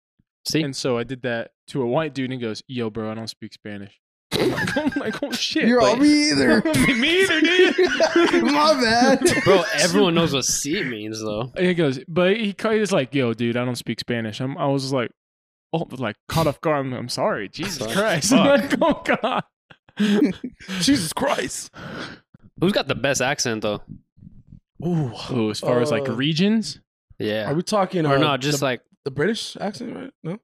See? And so I did that to a white dude, and he goes, "Yo, bro, I don't speak Spanish." I'm like, oh shit. You're all like, me either. me either, dude. My bad. Bro, everyone knows what seat means, though. And he goes, but he ca- he's like, yo, dude, I don't speak Spanish. I'm, I was like, oh, like caught off guard. I'm, I'm sorry, Jesus Fuck. Christ. like, oh god. Jesus Christ. Who's got the best accent, though? Ooh. Ooh, as far as like Uh, regions, Yeah. Are we talking? or uh, not, just the, like, the British accent, right? No,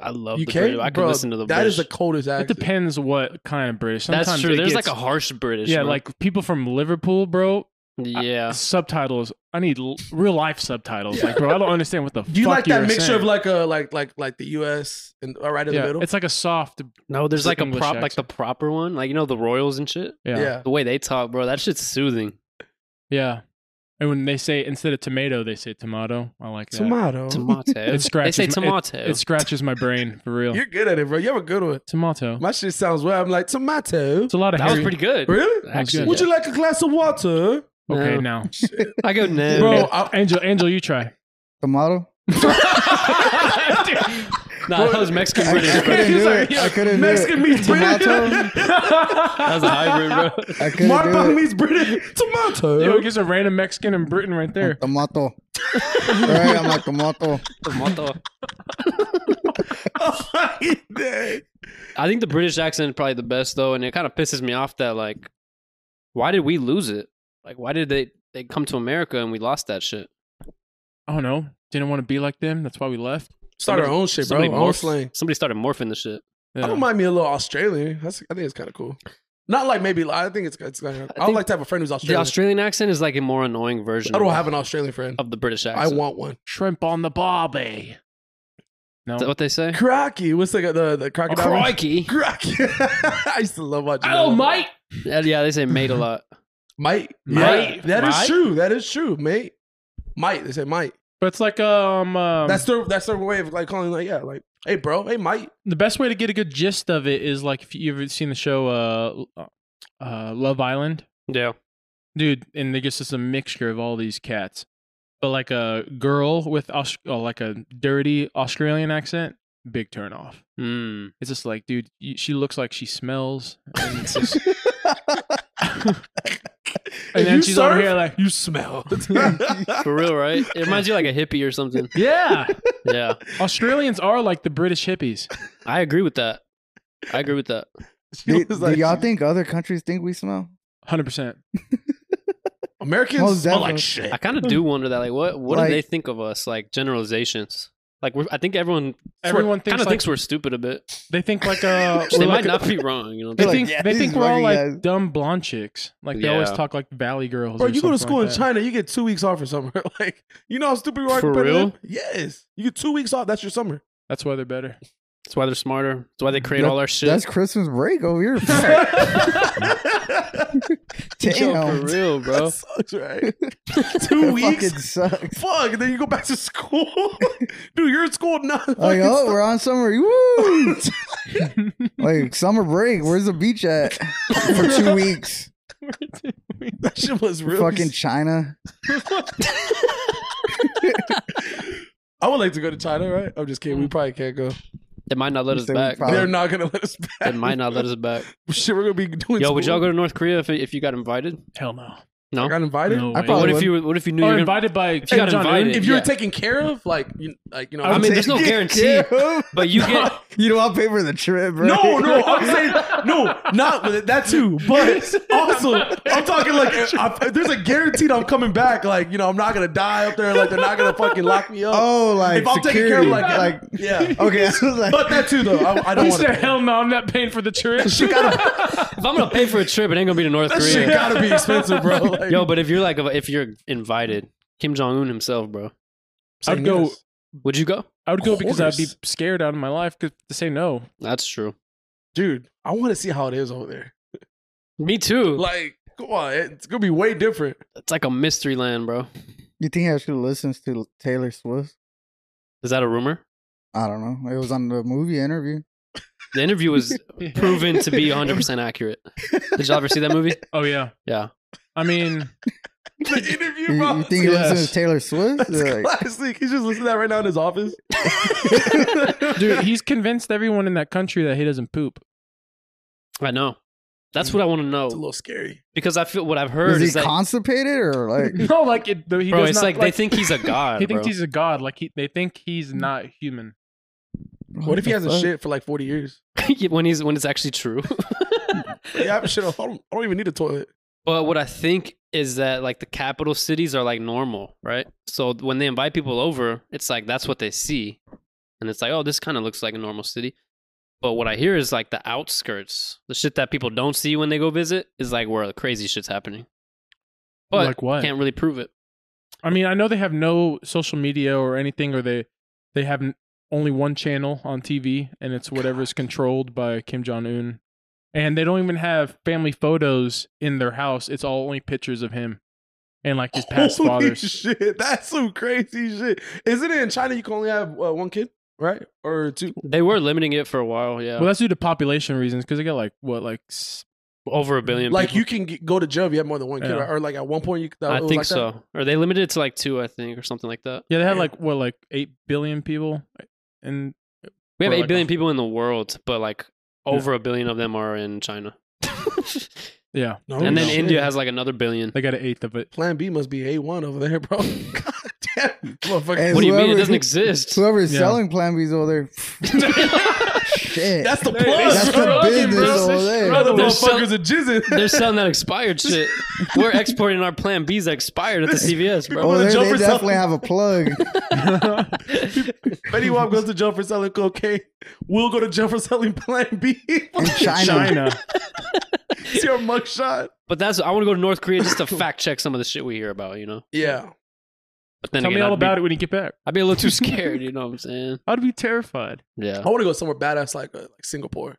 I love UK. the British. I can Bro, listen to the That is British. the coldest it accent. depends what kind of British. Sometimes That's true. it There's gets- like a harsh British. yeah, bro. like people from Liverpool, bro. yeah. Subtitles. I need l- real life subtitles. Like, bro, I don't understand what the Do you fuck like that you're mixture saying. of like a like like like the U.S. and uh, right in yeah, the middle? It's like a soft. No, there's like a English prop, like the proper one, like you know the Royals and shit. Yeah, yeah, yeah. The way they talk, bro, that shit's soothing. And when they say instead of tomato, they say tomato. I like that. Tomato. Tomato. It they scratches say my- tomato. It scratches my brain for real. You're good at it, bro. You have a good one. tomato. My shit sounds well. I'm like tomato. It's a lot of. that was Harry- pretty good. Really? good. Actually, Would yeah. you like a glass of water? okay No. now, I go no, bro. I- Angel, Angel, you try. Tomato. Nah, that was Mexican I, British. I Bro. couldn't He's do like, it. I yeah, couldn't Mexican do it. meets Tomato. That was a hybrid, bro. I couldn't Martha do it. meets British. Tomato. Yo, it gets a random Mexican in Britain right there. Tomato. All right, I'm like tomato. Tomato. Dang. I think the British accent is probably the best though, and it kind of pisses me off that like, why did we lose it? Like, why did they they come to America and we lost that shit? I don't know. Didn't want to be like them. That's why we left. Start our own shit, bro. Somebody Our own morph- slang. Somebody started morphing the shit. Yeah. I don't mind me a little Australian. That's, I think it's kind of cool. Not like maybe I think it's. it's kind of, I, would think like to have a friend who's The Australian. Australian accent is like a more annoying version. I don't of- have an Australian friend. of the British I accent. want one. shrimp on the barbie. No, Is that what they say? Crocky. What's the the, the Oh, crocodile? crikey! Crocky. I used to love watching. Oh, that. mate. Yeah, yeah, they say mate a lot. Mate. Mate. Yeah, That is Mate. true. That is true, mate. Mate. They say mate. But it's like um, um that's their that's their way of like calling like yeah like hey bro hey mate. the best way to get a good gist of it is like if you ever seen the show uh uh Love Island, Yeah. dude, and they just it's a mixture of all these cats. But like a girl with Aus- oh, like a dirty Australian accent, big turn off. Mm. It's just like, dude, you, she looks like she smells, and, it's just, and you then she's surf, over here like, you smell. For real, right? It reminds you like a hippie or something. yeah, Yeah. Australians are like the British hippies. I agree with that. I agree with that. Do, do y'all think other countries think we smell? Hundred percent. Americans Most smell like definitely. shit? I kind of do wonder that. Like, what what Like- do they think of us? Like generalizations. Like, we're, I think everyone Everyone kind thinks of like, thinks we're stupid a bit. they think like uh They we're might like- not be wrong. You know. they They're like, think "Yeah, they these think we're all fucking like guys." dumb blonde chicks. Like they always Yeah. talk like valley girls. Bro, or you go something to school like in that. China, you get two weeks off for summer. like, you know how stupid you are. For compared to real? them? Yes, you get two weeks off. That's your summer. That's why they're better. That's why they're smarter. That's why they create That- all our shit. That's Christmas break over here. Yo, for Damn. real, bro. That sucks, right? two weeks. Fucking sucks. Fuck. And then you go back to school, dude. You're in school now. Like, oh, we're on summer. Woo! like summer break. Where's the beach at for two weeks? that shit was real. Fucking China. I would like to go to China, right? I'm just kidding. We probably can't go. They might not let You us say we back. probably- They're bro. not gonna let us They back. might not let us back. Shit, we're gonna be doing. Yo, would y'all go to North Korea if, if you got invited? Hell no. No. I got invited. No I way. probably what if would. you were- what if you knew Or you were gonna- invited by you got Kim Jong Un? invited- If you're yeah. taken care of, like, you, like you know, I I mean, there's no Take guarantee, care of- but you get You know, I'll pay for the trip, right? No, no, I'm saying no, not with it- that too. But also, I'm talking like I, there's a guaranteed I'm coming back. Like you know, I'm not gonna die up there. Like they're not gonna fucking lock me up. Oh, like if I'm security. taking care of like, like, yeah. okay, I was like, But that too though, I, I don't He want said, to. "Hell no, I'm not paying for the trip." If I'm gonna pay for a trip, it ain't gonna be to North That shit Korea. gotta be expensive, bro. Like, Yo, but if you're like, if you're invited, Kim Jong Un himself, bro, I'd go. yes. would you go? I would go because I'd be course. scared out of my life 'cause- to say no. That's true. dude. I want to see how it is over there. Me too. Like, come on, it's gonna be way different. it's like a mystery land, bro. you think I should listen to Taylor Swift? Is that a rumor? I don't know. It was on the movie interview. The interview was proven to be 100 percent accurate. Did y'all ever see that movie? Oh yeah. Yeah. I mean, The interview, You, bro. you think you Yes. listen to Taylor Swift? That's Like, classic. He's just listening to that right now in his office. dude, he's convinced everyone in that country that he doesn't poop. I know. That's what I want to It's a know little scary. because I feel what I've heard Is is he that constipated or like? no, like it, though he bro, does it's not, like, they think he's a god. he thinks bro. he's a god. Like he, they think he's not human. What if he the has a fuck? shit for like 40 years? Yeah, when he's when it's actually true. Yeah, I have a shit. I don't, I don't even need a toilet. but what I think is that like the capital cities are like normal, right? So when they invite people over, it's like that's what they see, and it's like oh, this kind of looks like a normal city. But what I hear is like the outskirts, the shit that people don't see when they go visit, is like where the crazy shit's happening. But like what? can't really prove it. I mean, I know they have no social media or anything, or they they have n- only one channel on TV, and it's whatever's controlled by Kim Jong Un. And they don't even have family photos in their house. It's all only pictures of him and like his past Holy fathers. shit. That's some crazy shit. Isn't it in China you can only have uh, one kid, right? Or two? They were limiting it for a while, yeah, Well, that's due to population reasons because they got like what, like s- over a billion. Like people. you can get, go to jail if you have more than one kid, Yeah. right? or like at one point you. That, I it was think like that? so. Or they limited it to like two, I think, or something like that. yeah, they had Yeah. like what, like eight billion people, and We have Or, eight billion like, a- people in the world, but like Yeah. over a billion of them are in China. yeah, No, and then Oh, shit. India has like another billion. they got an eighth of it. Plan B must be A one over there, bro. God damn, motherfucker. Hey, what do you mean? It whoever- doesn't exist. Whoever's Yeah. selling Plan B's over there, shit. that's the plus, That's the bro. business over there. Bro, the They're motherfuckers are jizzing. They're selling that expired shit. We're exporting our Plan B's that expired at the CVS, bro. Oh, Well, the there, they jumper's definitely up. have a plug. Betty Wap goes to jail for selling cocaine. We'll go to jail for selling Plan B. In China. China. See our mugshot. But that's I want to go to North Korea just to fact check some of the shit we hear about, you know. Yeah, But then Tell again, me all I'd about be, it when you get back. I'd be a little too scared, you know what I'm saying? I'd be terrified. Yeah, I want to go somewhere badass like uh, like Singapore.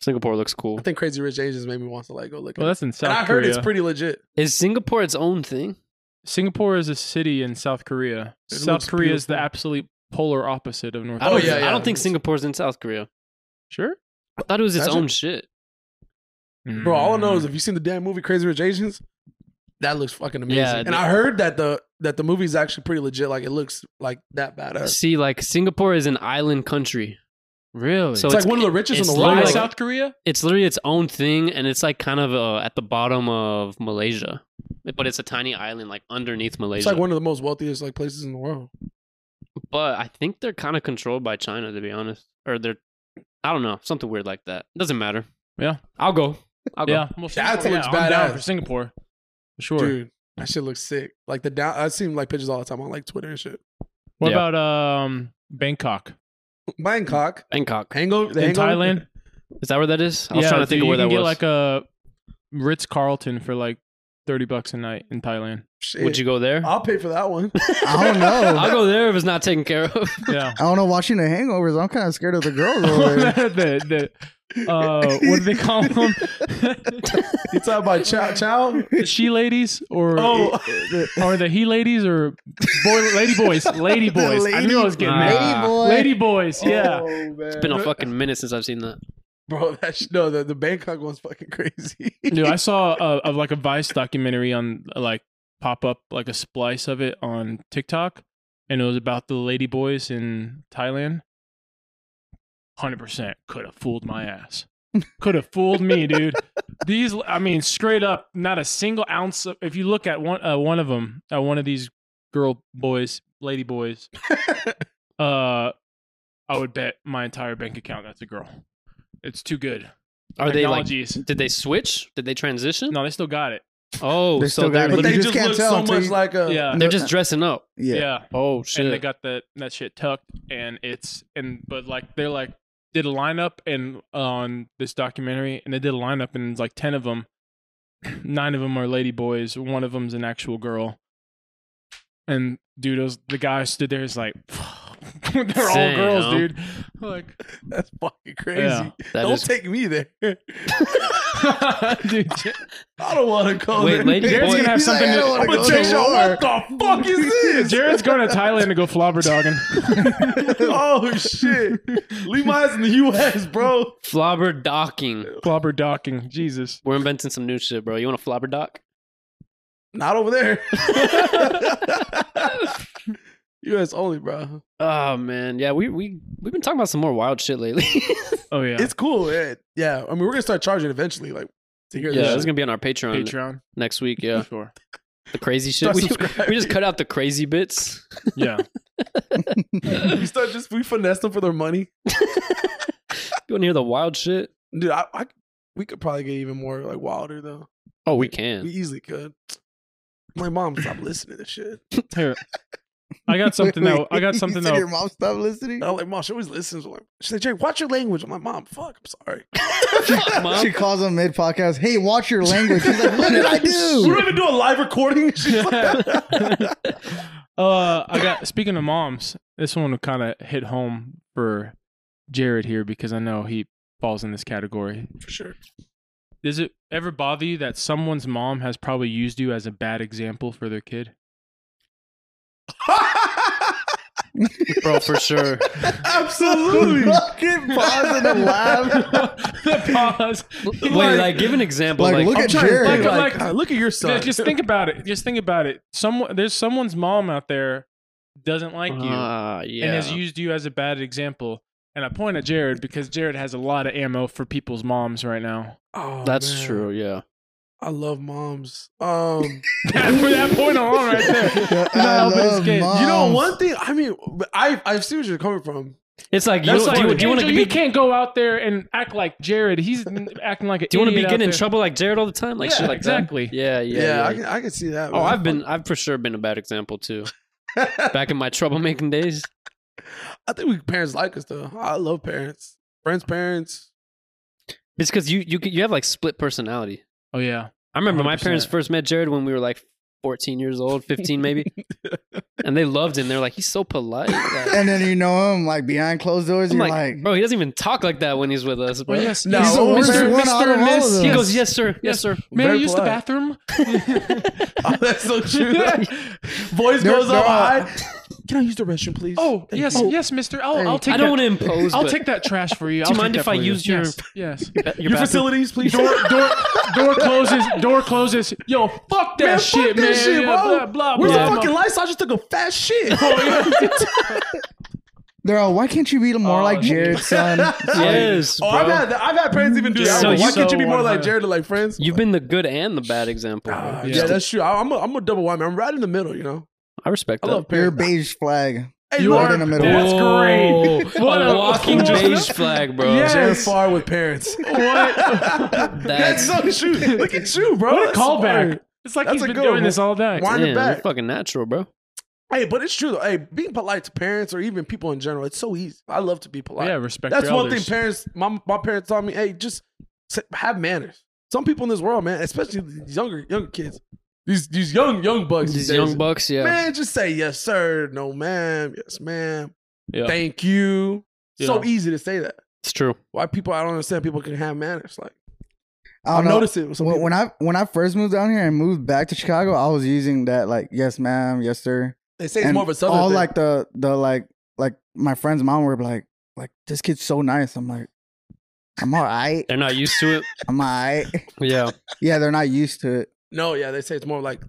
Singapore looks cool. I think Crazy Rich Asians made me want to like go look. Well, at that's in it. South And I heard Korea. it's pretty legit. Is Singapore its own thing? Singapore is a city in South Korea. It looks South Korea is the beautiful. absolute polar opposite of North I Oh, Korea. don't, yeah, yeah. I don't think Singapore's in South Korea. Sure. I thought it was its That's own shit. Bro, all I know Mm. is if you seen the damn movie Crazy Rich Asians, that looks fucking amazing. Yeah, and the- I heard that the that the movie's actually pretty legit. Like it looks like that badass. See, like Singapore is an island country. really. So It's, it's, like one of the richest in it's the Lower world. like- South Korea. it's literally its own thing, and it's like kind of uh, at the bottom of Malaysia, but it's a tiny island like underneath it's Malaysia. like one of the most wealthiest like places in the world. but I think they're kind of controlled by China, to be honest, or they're I don't know something weird like that. Doesn't matter. Yeah. I'll go. I'll Yeah, go. well, That Singapore- looks yeah, I'm down badass. for Singapore. For sure. Dude, that shit looks sick. Like the down, I've seen like pictures all the time on like Twitter and shit. What Yeah. about um Bangkok Bangkok, Bangkok. hangover the in hangover- Thailand? Is that where that is? I was yeah, trying to dude, think of where you that can get was. like a Ritz Carlton for like thirty bucks a night in Thailand. Shit. Would you go there? Oh. I'll pay for that one. I don't know. I'll go there if it's not taken care of. Yeah. I don't know. Watching the hangovers, I'm kind of scared of the girls over there. the, the, uh, what do they call them? You talking about chow chow? the she ladies or Oh, or the he ladies or boy lady boys lady The boys. I knew I was lady- getting Nah. there. Lady boy. Lady boys, yeah. Oh, man. it's been a fucking minute since I've seen that. bro. That sh- no, the, the Bangkok one's fucking crazy. Dude, I saw a, a like a Vice documentary on like pop up like a splice of it on TikTok, and it was about the lady boys in Thailand. Hundred percent could have fooled my ass. Could have fooled me, dude. These, I mean, straight up, not a single ounce. Of, if you look at one, uh, one of them, uh, one of these girl boys, lady boys, uh, I would bet my entire bank account that's a girl. It's too good. Are they like? Technologies. Did they switch? Did they transition? No, they still got it. Oh, They so still they're got it. but But they you literally- just, just can't look tell so until much you- like a. yeah. they're just dressing up. Yeah. Yeah. Oh And they got that that shit tucked and it's and but like they're like did a lineup and on this documentary and they did a lineup and it's like 10 of them. 9 of them are lady boys, one of them's an actual girl. And dude, those, the guy stood there is like they're all Damn. girls, dude. Like That's fucking crazy. Yeah, that don't is- take me there. dude, I don't want to go Wait, there. lady Jared's boy- gonna have He's like, something I don't I'm wanna to go gonna to take y'all. war. What the fuck is this? Jared's going to Thailand to go flobber dogging. oh shit! Leave my ass in the U.S., bro. flobber docking. flobber docking. Jesus. We're inventing some new shit, bro. You want a flobber dock? Not over there. U.S. only, bro. Oh man, yeah, we we we've been talking about some more wild shit lately. Oh yeah, It's cool. Yeah, yeah. I mean, we're gonna start charging eventually. Like to hear yeah, this. it's gonna be on our Patreon, Patreon. next week. Yeah, Sure. the crazy shit. Start We, subscribing. we just cut out the crazy bits. Yeah. we start just we finesse them for their money, You want to hear the wild shit? dude. I, I we could probably get even more like wilder though. Oh, we We can. easily could. My mom stopped listening to shit. Here. I got something Wait, that I got you something said that your mom stopped listening. And I'm like, mom, she always listens. I'm like, she's like, Jake, watch your language. I'm like, mom, fuck, I'm sorry. Fuck, Mom. She calls him mid podcast. Hey, watch your language. He's like, what did We I don't do? even do a live recording. She's like- uh I got speaking of moms, this one will kind of hit home for Jared here because I know he falls in this category. for sure. Does it ever bother you that someone's mom has probably used you as a bad example for their kid? bro, for sure. Absolutely. Fucking pause in the laugh. the pause. Wait, like give an example. Like, Like, look I'm at trying to Jared. think, Like, like, like- God, look at your son. Yeah, just think about it. Just think about it. Someone there's someone's mom out there doesn't like you Ah, yeah. and has used you as a bad example. And I point at Jared because Jared has a lot of ammo for people's moms right now. Oh, That's man. true. Yeah. I love moms. Um, for that point alone, right there. I Not helping his love kid. moms. you know, one thing. I mean, I I see where you're coming from. It's like, you, That's like, do, you, do you want to Angel, be? you can't go out there and act like Jared. He's acting like an do you want to be idiot out getting in there. trouble like Jared all the time? Like Yeah, shit like exactly. that. Yeah, yeah, Yeah, yeah. I can I can see that. oh, man. I've been, I've for sure been a bad example too. Back in my troublemaking days. I think we parents like us though. I love parents. Friends, parents. It's because you you you have like split personality. Oh yeah, I remember my 100%. parents first met Jared when we were like 14 years old, 15 maybe, and they loved him. They're like, he's so polite. Like, And then you know him like behind closed doors. I'm You're like, like, bro, he doesn't even talk like that when he's with us. Bro. Well, yes. No, yes, he's the worst Mr. one out Mr. of all of Miss. them. He goes, yes, sir, yes, sir. May I Very use the polite. bathroom? Oh, that's so true. Voice They're- goes they're up all- high. Can I use the restroom, please? oh Thank yes, you. yes, Mister. I'll, Thank I'll you. take I don't want that. to impose. I'll but take that trash for you. Do I'll you mind take that if I for you. use your- Yes. yes. your Your bathroom. facilities, please. door door door closes. Door closes. Yo, fuck that Man, fuck shit, that man. shit, Yeah, bro. Blah blah. Where's blah, the blah. fucking lights? I just took a fat shit. they're all, why can't you be more Oh, like yeah. Jared, son? Yes, Oh, I've bro. had that. I've had parents even do that. So Why you- can't you be so more like 100. Jared to like friends? You've been the good and the bad example. bro. Ah, Yeah. yeah. that's true. I, I'm a, I'm a double whammy. I'm right in the middle. You know, I respect I that. love You're a parents. beige flag. Hey, you Lauren, are in the middle. that's Whoa, great. What a a- walking what a- beige flag, bro. Yeah. Jared Yes. Farr with parents. What? That's That's, so true. Look at you, bro. What a That's callback. smart. It's like That's he's a been good doing one. this all day. Why- Wind it damn, back. that's fucking natural, bro. Hey, but it's true though. Hey, being polite to parents or even people in general, it's so easy. I love to be polite. Yeah, respect. That's your one elders. thing parents. My my parents taught me. Hey, just s- have manners. Some people in this world, man, especially these younger younger kids, these these young young bucks, These days, young bucks, yeah. man, just say yes sir, no ma'am, yes ma'am, Yeah. thank you. So Yeah. easy to say that. It's true. Why people? I don't understand. People can have manners. Like I I don't know. noticed it. With some When, people. when I when I first moved down here and moved back to Chicago, I was using that like yes ma'am, yes sir, they say it's and more of a southern all thing. like the the like like my friend's mom were like like this kid's so nice. I'm like, I'm all right, They're not used to it. I'm all right. Yeah. Yeah, they're not used to it. no, yeah, they say it's more like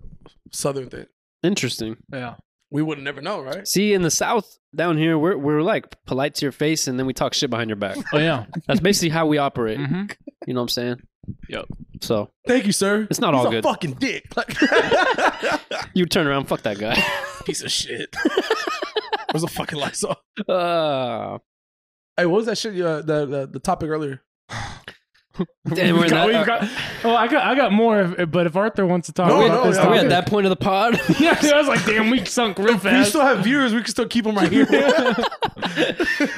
southern thing. Interesting. Yeah. We would never know, right? See, in the South down here, we're, we're like polite to your face and then we talk shit behind your back. Oh yeah. That's basically how we operate. hmm You know what I'm saying? Yep. So Thank you, sir. It's not He's all a good. Fucking dick. Like, you turn around, fuck that guy. piece of shit. Where's the fucking lights off? Uh, Hey, what was that shit? Uh, the, the the topic earlier. damn, we're uh, We've got, not. we've got, oh, I got, I got more. if- But if Arthur wants to talk No, about no, this, yeah, are we topic, at that point of the pod? yeah, dude, I was like, damn, we sunk real We fast. still have viewers. We can still keep them right here.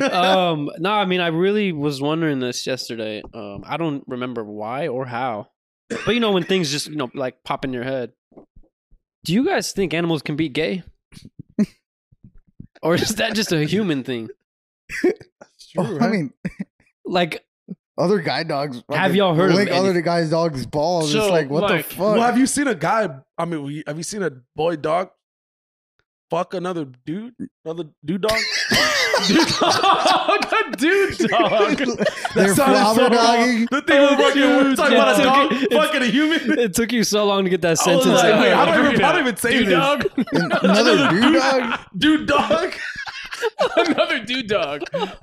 um, no, I mean, I really was wondering this yesterday. Um, I don't remember why or how, but you know, when things just you know like pop in your head. Do you guys think animals can be gay, or is that just a human thing? Oh, I mean, Like, other guy dogs. fucking y'all heard of lick any- other guys' dogs' balls? So, it's like what like, the well, fuck? have you seen a guy? I mean, we- have you seen a boy dog fuck another dude, another dude dog. Dude dog, a dude dog. They're sounded flower so wrong. dogging. The thing was fucking Dude talking about a dog. dog, It's- fucking a human. It took you so long to get that I was sentence. like, out. wait, Yeah. I don't even, I don't even say Dude this. dog, Another dude dog. Dude dog. another dude dog.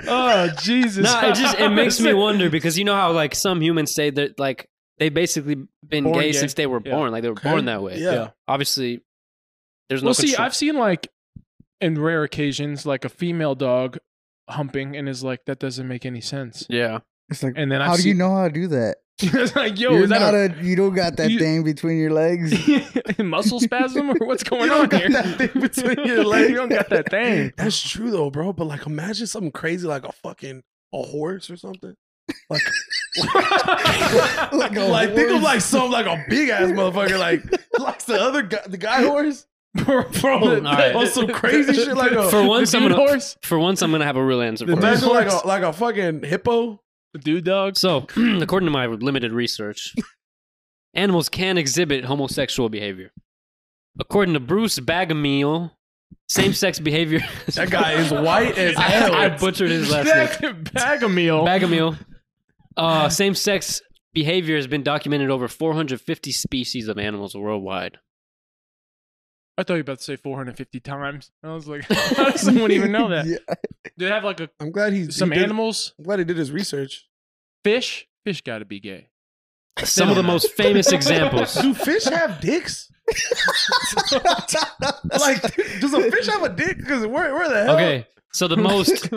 Oh Jesus! No, it just it makes me wonder because you know how like some humans say that like they basically been Born gay, gay. since they were Yeah. born, like they were born that way. Yeah. Yeah. Obviously, there's no. Well, see, control. I've seen like in rare occasions, like a female dog humping, and is like, that doesn't make any sense. yeah, It's like, And then how I've do you seen- know how to do that? it's like, yo, You're is not that a, you don't got that you- thing between your legs. a muscle spasm or what's going You don't on got here? that thing between your legs. you don't got that thing. That's true though, bro. But like, imagine something crazy like a fucking a horse or something. Like, Like like, a think of horse. like some like a big ass motherfucker like like the other guy, the guy horse, bro. right. On some crazy shit like a. For one, the someone- dude horse, for once, I'm gonna have a real answer. For Imagine you. like a like a fucking hippo. the dude dog. So, according to my limited research, animals can exhibit homosexual behavior. According to Bruce Bagamil, same-sex behavior. That guy is white as I, hell. I butchered his last name. That bag of meal. Bagamil. Uh, same-sex behavior has been documented over 450 species of animals worldwide. I thought you were about to say 450 times. I was like, how does someone even know that? Yeah. Do they have like a I'm glad he's some he did- animals? I'm glad he did his research. Fish? Fish got to be gay. Some of the most famous examples. Do fish have dicks? like, does a fish have a dick? Because where, where the hell? Okay, so the most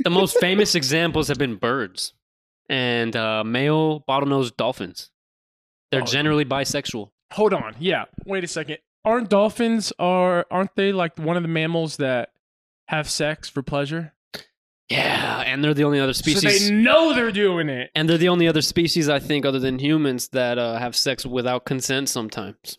the most famous examples have been birds and uh, male bottlenose dolphins. They're Oh. generally bisexual. Hold on. Yeah. Wait a second. Aren't dolphins are aren't they like one of the mammals that have sex for pleasure? Yeah, and they're the only other species. So they know they're doing it. and they're the only other species I think, other than humans, that uh, have sex without consent. Sometimes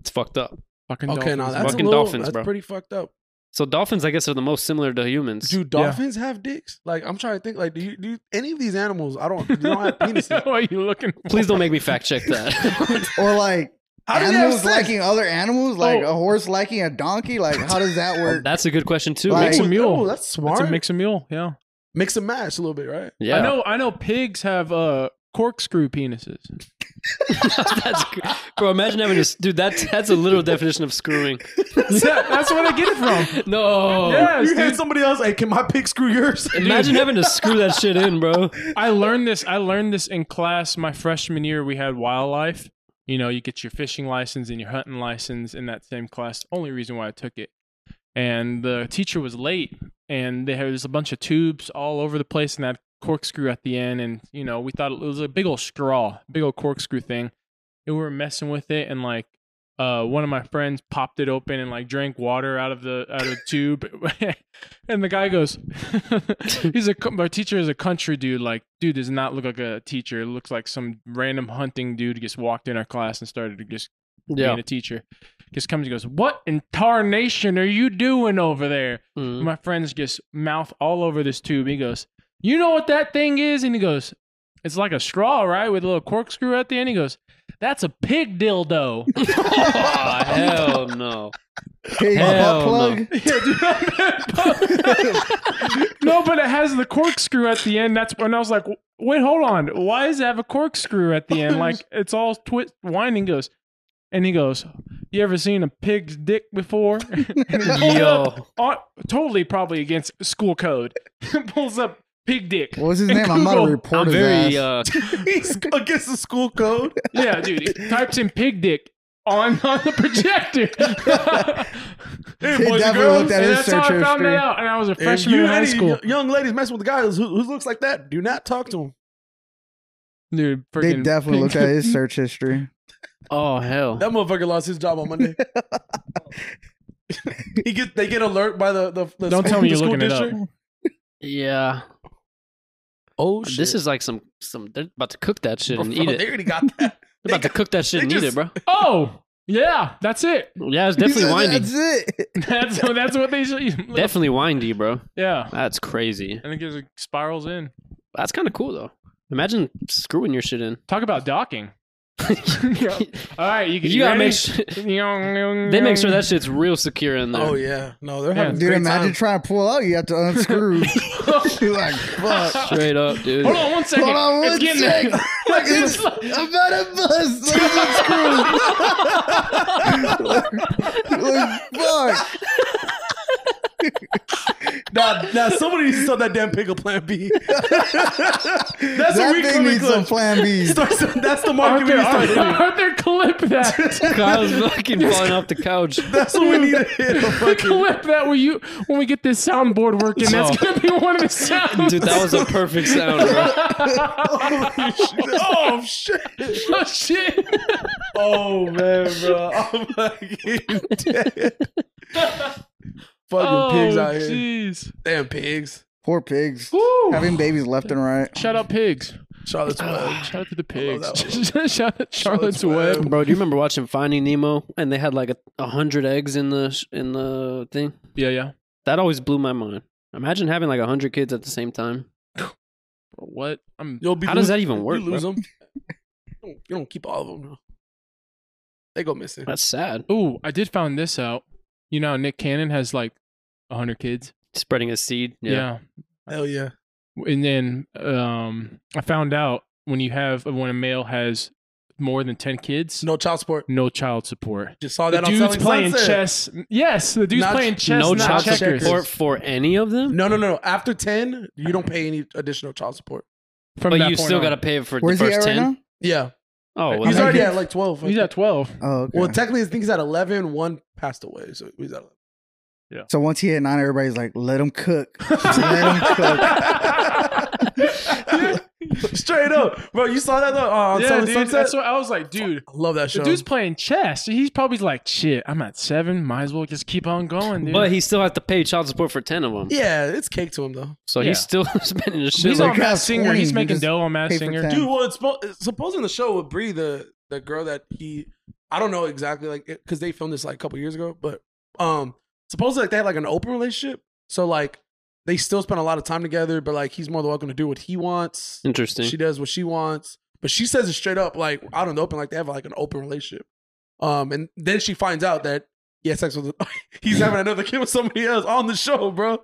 it's fucked up. Fucking Okay, dolphins. no, that's Fucking a little, dolphins, that's bro. pretty fucked up. So dolphins, I guess, are the most similar to humans. Do dolphins have dicks? Like, I'm trying to think. Like, do you, do you- any of these animals? I don't. They don't have penises. what are you looking? For? Please don't make me fact check that. or like How do they have animals sex? liking other animals, like Oh. a horse liking a donkey. Like, how does that work? That's a good question too. Like- Mix a Oh, mule. Oh, that's smart. It's a mix. mix a mule. Yeah. and match a little bit, right? yeah, I know. I know. Pigs have uh corkscrew penises. that's cr- bro. Imagine having to, dude. That's that's a literal definition of screwing. yeah, that's where I get it from. No. Yes, you hit dude. somebody else. Hey, can my pig screw yours? Imagine having to screw that shit in, bro. I learned this. I learned this in class my freshman year. We had wildlife. You know, you get your fishing license and your hunting license in that same class. Only reason why I took it. And the teacher was late, and they had there's a bunch of tubes all over the place, and that corkscrew at the end. And you know, we thought it was a big old straw, big old corkscrew thing. And we were messing with it, and like uh, one of my friends popped it open and like drank water out of the out of the tube, and the guy goes, "He's a co- my teacher is a country dude. Like, dude does not look like a teacher. It looks like some random hunting dude just walked in our class and started to just being a teacher. Just comes and goes, "What in tarnation are you doing over there?" Mm. My friend's just mouth all over this tube. He goes, You know what that thing is? And he goes, It's like a straw, right? With a little corkscrew at the end. He goes, That's a pig dildo. Aw, Oh, hell no. Pig Hell butt plug. no. Yeah, dude. no, but it has the corkscrew at the end. That's when I was like, Wait, hold on. Why does it have a corkscrew at the end? Like, it's all twi- winding. Goes, and he goes, You ever seen a pig's dick before? And he pulled up Yo. on, totally probably against school code. Pulls up pig dick. What was his name? I'm Google. not a reporter. I'm very uh He's against the school code. Yeah, dude. he types in pig dick on, on the projector. Hey, He boys and definitely girls. looked at And his that's how search I found history. that out. And I was a If freshman you in high any school. Young ladies messing with guys who, who looks like that. Do not talk to him. Dude, They freaking definitely pig looked at his search history. Oh hell. That motherfucker lost his job on Monday. he get they get alert by the the, the Don't school, tell me the you're school looking it up. district. Yeah. Oh shit! This is like some some they're about to cook that shit Bro, and eat Oh, They it. already got that. They're about to cook that shit they and eat just- it, bro. Oh, yeah. That's it. Yeah, it's definitely windy. That's it. That's that's what they should. Definitely windy, bro. Yeah. That's crazy. And it gives it spirals in. That's kind of cool though. Imagine screwing your shit in. Talk about docking. All right, you, you gotta make sure They they make Mm. sure that shit's real secure in there. Oh yeah, no, they're Yeah. having a Dude, great imagine time. trying to pull out. You have to unscrew. You're like, fuck. Straight up, dude. Hold on one second. Hold on it's one getting sec. there. Like, it's about a bus. Like, it's screwed. like, fuck. Now, now somebody needs to sell that damn pig a plan B. that's a that weak thing coming needs some plan B. That's the market we Arthur, need to start Arthur, hitting. Arthur, clip that. Kyle's fucking falling off the couch. That's what we need to hit. A fucking. clip that when you when we get this soundboard working. That's gonna be one of the sounds. Oh. Dude, that was a perfect sound, bro. oh shit! oh shit. Oh man, bro. I'm fucking dead. fucking Oh pigs out here. jeez. Damn pigs. Poor pigs. Woo. Having babies left and right. Shout out pigs. Charlotte's Web. Shout out to the that pigs. Shout out Charlotte's Charlotte's Web. Web. Bro, do you remember watching Finding Nemo and they had like a, a hundred eggs in the sh- in the thing? Yeah, yeah. That always blew my mind. Imagine having like a hundred kids at the same time. Bro, what? I'm You'll be How does losing- that even work? You lose bro? them. You don't, you don't keep all of them. They go missing. Uh, That's sad. Ooh, I did found this out. You know, how Nick Cannon has like hundred kids. Spreading a seed. Yeah. Hell yeah. and then um, I found out when you have when a male has more than ten kids, no, No child support. child support. Just saw The that on dude's Selling playing Sunset. chess. Yes, the dude's Not- playing chess. no not child checkers. support for any of them, No, no, no, no. After ten, you don't pay any additional child support. From but that you point still on. got to pay for Where's the he first at right ten. now? Yeah, Oh, well, he's that- already at like twelve. He's at twelve. Oh, okay. Well, technically, I think he's at eleven. One passed away, so he's at so once he hit nine, everybody's like, let him cook. let him cook. eleven. Straight up, bro. You saw that though uh, on yeah, Selling dude. Sunset. That's what I was like, dude. I love that The show. dude's playing chess. He's probably like, shit. I'm at seven. Might as well just keep on going, dude. but he still has to pay child support for ten of them. yeah, it's cake to him though. So Yeah. he's still spending a shit. he's load. on like, Matt that's Singer. He's corny. making You dough on Matt pay for Singer. ten. Dude, well, it's suppo- supposing the show with Brie, the the girl that he, I don't know exactly, like, because they filmed this like a couple years ago, but um, supposedly like they had like an open relationship, so like they still spend a lot of time together, but like he's more than welcome to do what he wants. Interesting. She does what she wants, but she says it straight up, like out in the open, like they have like an open relationship. Um, and then she finds out that he had sex with, he's having another kid with somebody else on the show, bro.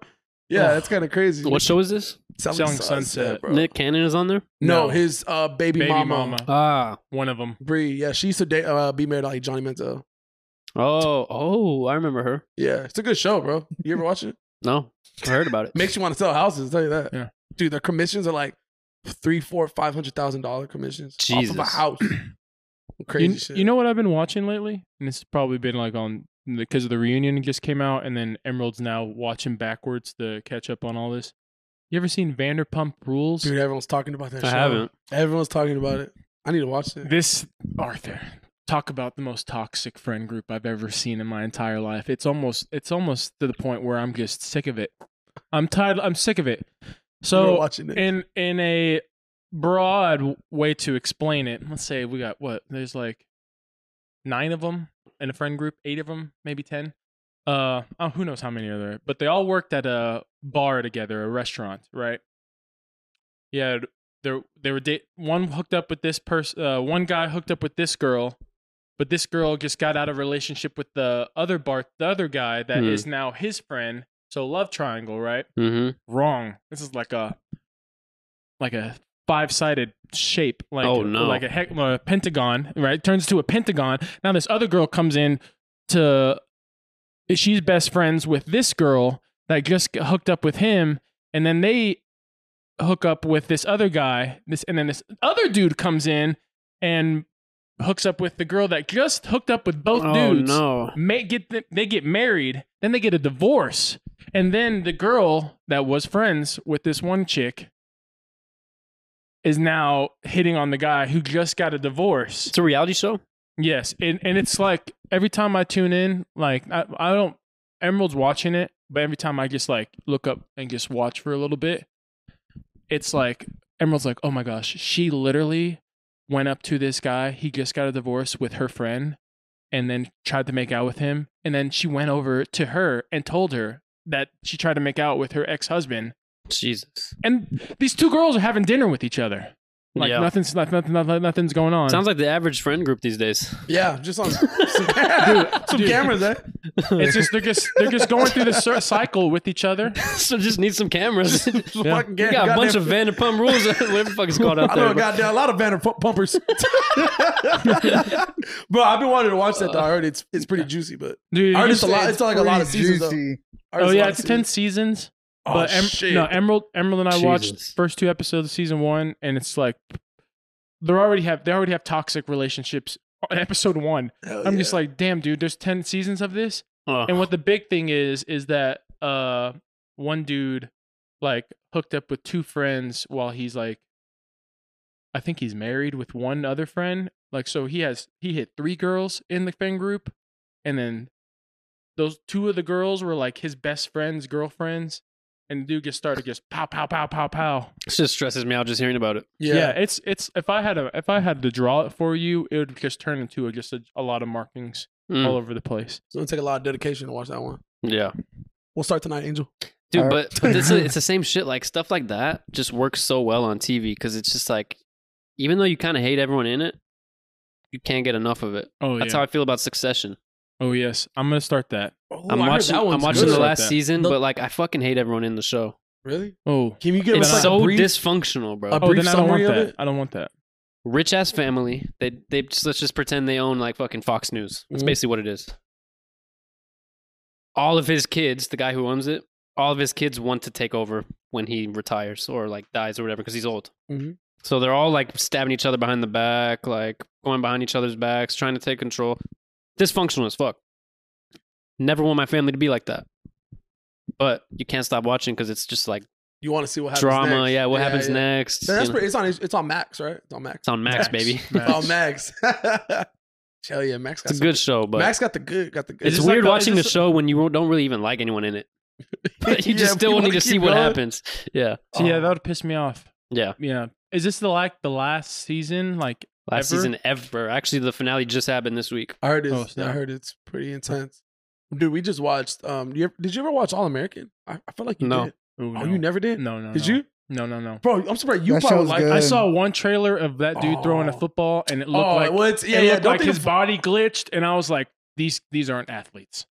Yeah, Ugh. that's kind of crazy. what show is this? Selling, Selling Sunset, bro. Nick Cannon is on there. no, No. his uh baby, Baby mama. mama. Ah, One of them. Bree, yeah, she used to date, uh, be married to like Johnny Manziel. oh, oh, I remember her. Yeah, it's a good show, bro. You ever watch it? No, I heard about it. Makes you want to sell houses. I'll tell you that. Yeah. dude, their commissions are like three, four, five hundred thousand dollar commissions off of Jesus. a house. Crazy You, shit. you know what I've been watching lately? And it's probably been like on because of the reunion just came out, and then Emerald's now watching backwards to catch up on all this. You ever seen Vanderpump Rules? dude, everyone's talking about that. I show. haven't. Everyone's talking about it. I need to watch it. This Arthur talk about the most toxic friend group I've ever seen in my entire life. It's almost it's almost to the point where I'm just sick of it. I'm tired. I'm sick of it. We're So watching it. in in a broad w- way to explain it, let's say we got what there's like nine of them in a friend group, eight of them, maybe ten. Uh, oh, who knows how many are there? But they all worked at a bar together, a restaurant, right? Yeah, there they were date. One hooked up with this person. Uh, one guy hooked up with this girl, but this girl just got out of relationship with the other bar, the other guy that is Hmm. now his friend. So love triangle, right? Mm-hmm. wrong. This is like a like a five sided shape, like Oh, no. like a, hec- a pentagon, right? Turns to a pentagon. Now this other girl comes in to she's best friends with this girl that just got hooked up with him, and then they hook up with this other guy. This and then this other dude comes in and hooks up with the girl that just hooked up with both Oh dudes no. ma- get th- they get married, then they get a divorce, and then the girl that was friends with this one chick is now hitting on the guy who just got a divorce. It's a reality show. Yes, and and it's like every time I tune in, like I, I don't Emerald's watching it, but every time I just like look up and just watch for a little bit, it's like Emerald's like, oh my gosh, she literally went up to this guy. He just got a divorce with her friend, and then tried to make out with him, and then she went over to her and told her that she tried to make out with her ex husband, Jesus. and these two girls are having dinner with each other. Like Yeah. nothing's nothing, nothing, nothing's going on. Sounds like the average friend group these days. Yeah, just on some, some dude. cameras, eh? it's just they're just they're just going through the cir- cycle with each other. so just need some cameras. you Some Yeah. fucking got a goddamn- bunch of Vanderpump rules, whatever the fuck is called out I know there. a bro. goddamn lot of banner pu- pumpers. bro, I've been wanting to watch that. Though. I heard it's it's pretty juicy, but Dude, I heard you it's a said- lot. It's like a lot of Pretty seasons. Though. juicy. I heard Oh it's a yeah, lot of it's ten seasons. Oh, But Em- shit. no, Emerald, Emerald and I watched Jesus. first two episodes of season one, and it's like they're already have they already have toxic relationships. on Episode one, Hell I'm yeah. just like, damn, dude. There's ten seasons of this, Oh. and what the big thing is is that uh, one dude like hooked up with two friends while he's like, I think he's married with one other friend. Like, so he has he hit three girls in the friend group, and then those two of the girls were like his best friends, girlfriends, and the dude just started just pow pow pow pow pow. It just stresses me out just hearing about it. Yeah. yeah. it's it's if I had a if I had to draw it for you, it would just turn into a, just a, a lot of markings Mm. Oh. all over the place. It's gonna take a lot of dedication to watch that one. Yeah. We'll start tonight, Angel. Dude, All but, right. but this is, it's the same shit. Like stuff like that just works so well on TV because it's just like, even though you kind of hate everyone in it, you can't get enough of it. Oh, That's yeah. how I feel about Succession. Oh yes, I'm gonna start that. Oh, I'm I heard watching. that I'm one's watching good. Like the last that. season, The- but like I fucking hate everyone in the show. Really? Oh, Can you give It's us like so a brief? dysfunctional, bro. A oh, brief then I don't want summary of that. it? I don't want that. Rich ass family. They they just, let's just pretend they own like fucking Fox News. That's Mhm. basically what it is. All of his kids, the guy who owns it, all of his kids want to take over when he retires or like dies or whatever because he's old. Mhm. So they're all like stabbing each other behind the back, like going behind each other's backs, trying to take control. Dysfunctional as fuck. Never want my family to be like that. But you can't stop watching because it's just like you want to see what happens? drama. next. Yeah, what happens yeah. next? So you that's know. pretty, it's on. It's on Max, right? It's on Max. it's on Max, baby. Max. Oh, Max. Hell yeah, Max. Got It's a some- good show, but Max got the good. Got the good. It's, just like weird the- it's watching the just- show when you don't really even like anyone in it. But you Yeah, just if still you need wanna to see keep what going. happens. Yeah. So, yeah, Oh. that would piss me off. Yeah. Yeah. Is this the like the last season? Like Last Ever? season ever. Actually, the finale just happened this week. I heard it's. Oh, snap. I heard it's pretty intense. Dude, we just watched. Um, you ever, did you ever watch All American? I, I feel like you No. did. ooh, Oh, you never did. No, no. did no. you, No, no, no. bro? I'm surprised you That probably show's like. good. I saw one trailer of that dude throwing a Oh. football, and it Oh, looked like well, it's yeah, it yeah. looked Don't like think his it's- body glitched, and I was like, these these aren't athletes.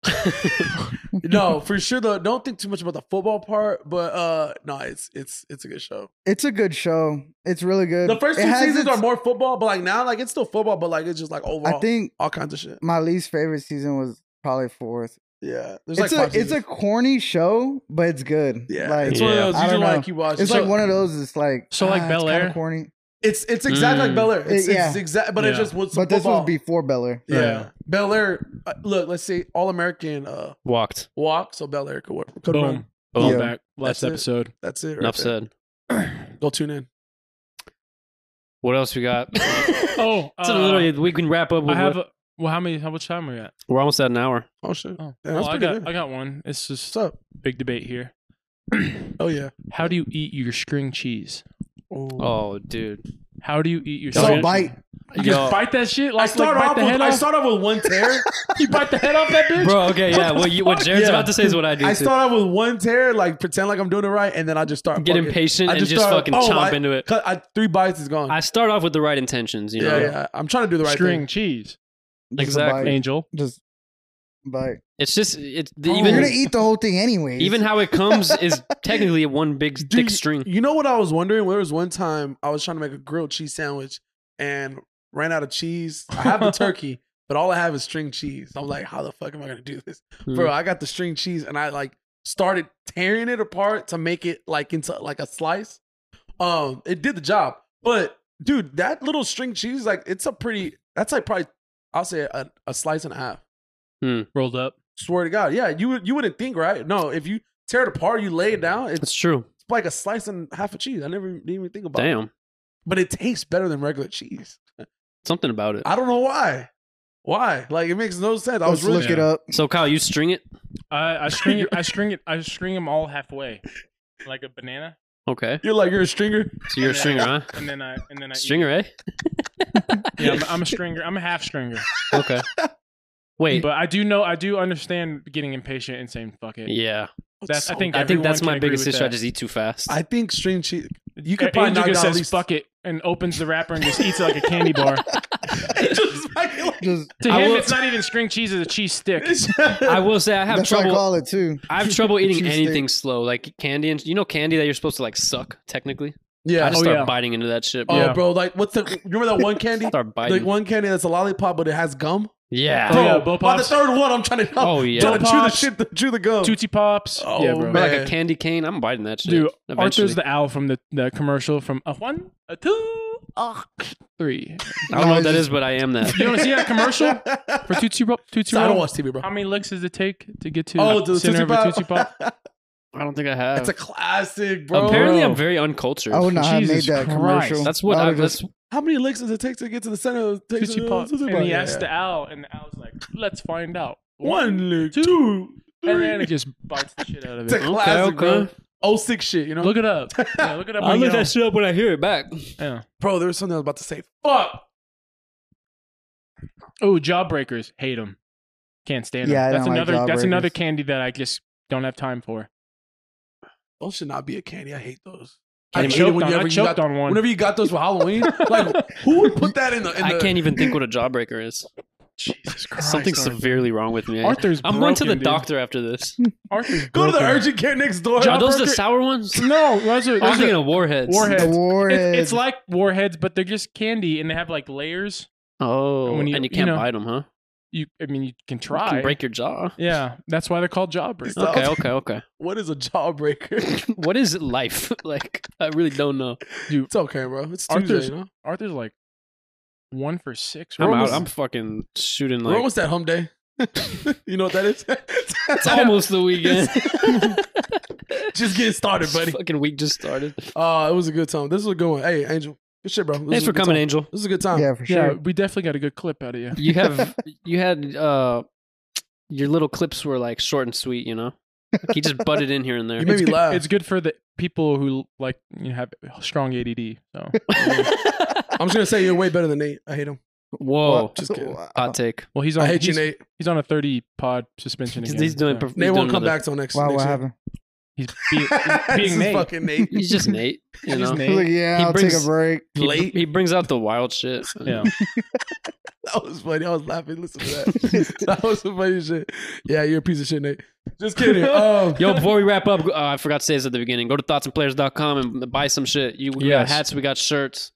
no, for sure though. Don't think too much about the football part, but uh, no, it's it's it's a good show. It's a good show. It's really good. The first It two has seasons its- are more football, but like now, like it's still football, but like it's just like overall, I think all kinds of shit. my least favorite season was probably fourth. Yeah, there's It's, like five a it's a seasons. corny show, but it's good. yeah, it's like it's, one of Yeah. those I you just don't know. like you watch. like So- one of those. It's like So like ah, Bel it's kinda Air? corny. It's it's exactly like Mm. Bel Air. It's, It- it's yeah. exact, but Yeah. it just was. But this football. was before Bel Air. yeah. Yeah. Bel Air. Uh, look, let's see. All American uh, Walked. walk, so Bel Air could, work, could Boom. run. Boom. Yeah. Back last That's it. episode. That's it. Right Enough there. said. Go tune in. What else we got? oh, Oh, it's a uh, little, we can wrap up I with. have. what- A, well, how many? How much time are we at? we're almost at an hour. Oh shit. Oh, Yeah, that's well, I pretty got good. I got one. It's What's just up? big debate here. Oh yeah. How do you eat your string cheese? Ooh. Oh, dude. How do you eat your? So string- bite. You Yo. just bite that shit. Like, I start like, bite off the with head I off? start off with one tear. you bite the head off that bitch. Bro, okay, yeah. What, you, what Jared's Yeah. about to say is what I do. I too. start off with one tear, like pretend like I'm doing it right, and then I just start Get fucking- impatient I and just start- fucking oh, chomp I- into it. Cut, I, three bites is gone. I start off with the right intentions, you know? yeah, yeah. I'm trying to do the right string thing. cheese. Just Exactly. Bite. Angel. Just bite. It's just, it's the- Oh, You're even, gonna eat the whole thing anyway. even how it comes is technically one big Do thick you- string. You know what I was wondering? There was one time I was trying to make a grilled cheese sandwich and ran out of cheese. I have the turkey, but all I have is string cheese. I'm like, how the fuck am I gonna do this, bro? I got the string cheese and I like started tearing it apart to make it like into like a slice. Um, it did the job, but dude, that little string cheese, like, it's a pretty. That's like probably I'll say a, a slice and a half. Rolled up. Swear to God, yeah. You would- you wouldn't think, right? No, if you tear it apart, you lay it down. It's That's true. it's like a slice and half a cheese. I never didn't even think about it. Damn. But it tastes better than regular cheese. Something about it. I don't know why. Why? Like it makes no sense. I Let's was really look it up. So Kyle, you string it. I, I string it. I string it. I string them all halfway, like a banana. Okay. You're like you're a stringer. So you're a Yeah. stringer, huh? And then I and then I eat Stringer, eh? it. Yeah, I'm, I'm a stringer. I'm a half stringer. Okay. Wait. But I do know. I do understand getting impatient and saying "fuck it." yeah. That's- I think I think Everyone that's can my agree biggest with issue. I that. just eat too fast. I think string cheese. You You could could probably knock down just at says least "fuck it" and opens the wrapper and just eats it like a candy bar. Just fucking like- Just To I him, will- it's not even string cheese; it's a cheese stick. I will say I have that's what I trouble. call it too. I have trouble eating Cheese anything slow, like candy and you know candy that you're supposed to like suck. Technically, I yeah. just Oh, start yeah. biting into that shit. Oh, Bro. Yeah. bro, like what's the? you Remember that one candy? Start the biting. one candy that's a lollipop, but it has gum. yeah. Oh, Bro, yeah, Bo by the Pops. third one, I'm trying to. Oh, yeah. trying to Bo chew the Pops. shit, the, chew the gum. Tootsie Pops. Oh, yeah, bro. Or like a Man. candy cane. I'm biting that shit. Dude, eventually. Arthur's the owl from the, the commercial from a one, a two, a three. I don't know what that No, I is, but I am that. You don't see that commercial for Tootsie Roll? Tootsie So I don't Roll? watch TV, bro. How many licks does it take to get to oh, the the center Tootsie of a Pop. Tootsie Pop? I don't think I have. That's a classic, bro. Apparently, I'm Bro. very uncultured. Oh, I would not have made Jesus that Christ. commercial. That's what I I, would that's, How many licks does it take to get to the center of the Tootsie Pop. Tootsie And he Yeah. asked the owl, and the owl's like, let's find out. one lick, two, two, three. And then it just bites the shit out of it's a it. classic, okay. bro. 06 shit, you know. Look it up. Yeah, look it up. I when you look get that shit up when I hear it back. home. bro, there was something I was about to say. Fuck. Yeah. Oh, Jawbreakers. Hate them. Can't stand them. Yeah, I that's don't like another. that's Jawbreakers. another candy that I just don't have time for. Those should not be a candy. I hate those. I, hated choked, on, whenever I you choked got- on one. Whenever you got those for Halloween, like who would put that in the? In I the- can't even think what a jawbreaker is. Jesus Christ. Something Arthur. severely wrong with me. Arthur's I'm going to the broken, dude. doctor after this. Arthur's Go to the broken. urgent care next door. Are those the Burger- sour ones? No, those are, I'm those thinking are of warheads. warheads. The warhead. It- it's like warheads, but they're just candy and they have like layers. Oh, When you- and you you can't know, bite them, huh? You, I mean, you can You try. can break your jaw. yeah, that's why they're called jawbreakers. So- Okay, okay, okay. What is a jawbreaker? what is life like? I really don't know. it's okay, bro. It's Tuesday. Arthur's- you know? Arthur's like one for six. I'm We're out. almost- I'm fucking shooting We're like. almost at home day. you know what that is? it's almost the weekend. Just getting started, buddy. fucking week just started. Uh, it was a good time. This was a good one. Hey, Angel. Good shit, bro. This was Thanks a for good coming, time. Angel. This is a good time. yeah, for yeah, sure. we definitely got a good clip out of you. You have you had uh your little clips were like short and sweet, you know. He just butted in here and there. You made me Good- laugh. It's good for the people who like you know, have strong ADD. So I'm just gonna say you're way better than Nate. I hate him. Whoa, Just kidding. Oh, uh, hot take. well, he's on. I hate you, he's, Nate. he's on a thirty pod suspension. He's, Again, he's doing. so perf- Nate he's won't come doing another- back till next. wow, next what year. happened? he's being, he's this being is Nate. fucking Nate. He's just Nate, you He's know. Nate. He's like, yeah, He I'll take brings- a break. He, Late. he brings out the wild shit. Yeah. That was funny. I was laughing. Listen to that. that was some funny shit. Yeah, you're a piece of shit, Nate. Just kidding. Oh, Um, Yo, before we wrap up, uh, I forgot to say this at the beginning. Go to thoughtsandplayers.com and buy some shit. You, we Yes. got hats, we got shirts.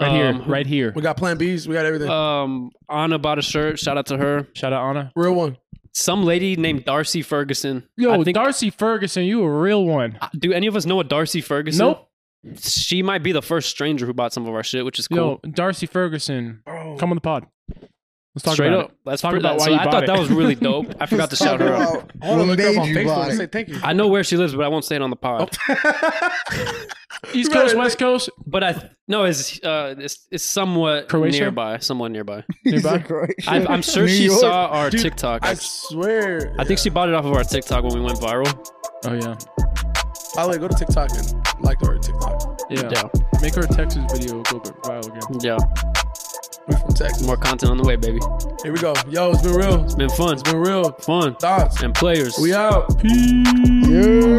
Right Um, here, right here. we got Plan Bs. We got everything. Um, Anna bought a shirt. Shout out to her. Shout out Anna. Real one. Some lady named Darcy Ferguson. Yo, I think, Darcy Ferguson, you a real one. do any of us know a Darcy Ferguson? Nope. She might be the first stranger who bought some of our shit, which is cool. Yo, Darcy Ferguson, Bro. come on the pod. Let's talk Straight about up. it. That's Talk pretty- about why so you I bought thought it. that was really dope. I forgot to Let's shout talk her out. about I want to what look her up made on you Facebook buy and it. say thank you. I know where she lives, but I won't say it on the pod. Oh. East Right. Coast, West Coast, But I no, it's uh, it's, it's somewhat Croatia? nearby, somewhat nearby. He's Dubai. a great I, shit. I'm sure New she York. saw our Dude, TikTok. I I, swear. think she bought it off of our TikTok when we went viral. Oh yeah. By the way, go to TikTok and like the word TikTok. yeah, Yeah. Make our Texas video go viral again. Yeah, We from Texas. more content on the way, baby. Here we go. Yo, it's been real. It's Been fun, been real. fun, Thoughts. and players. We out. Yeah.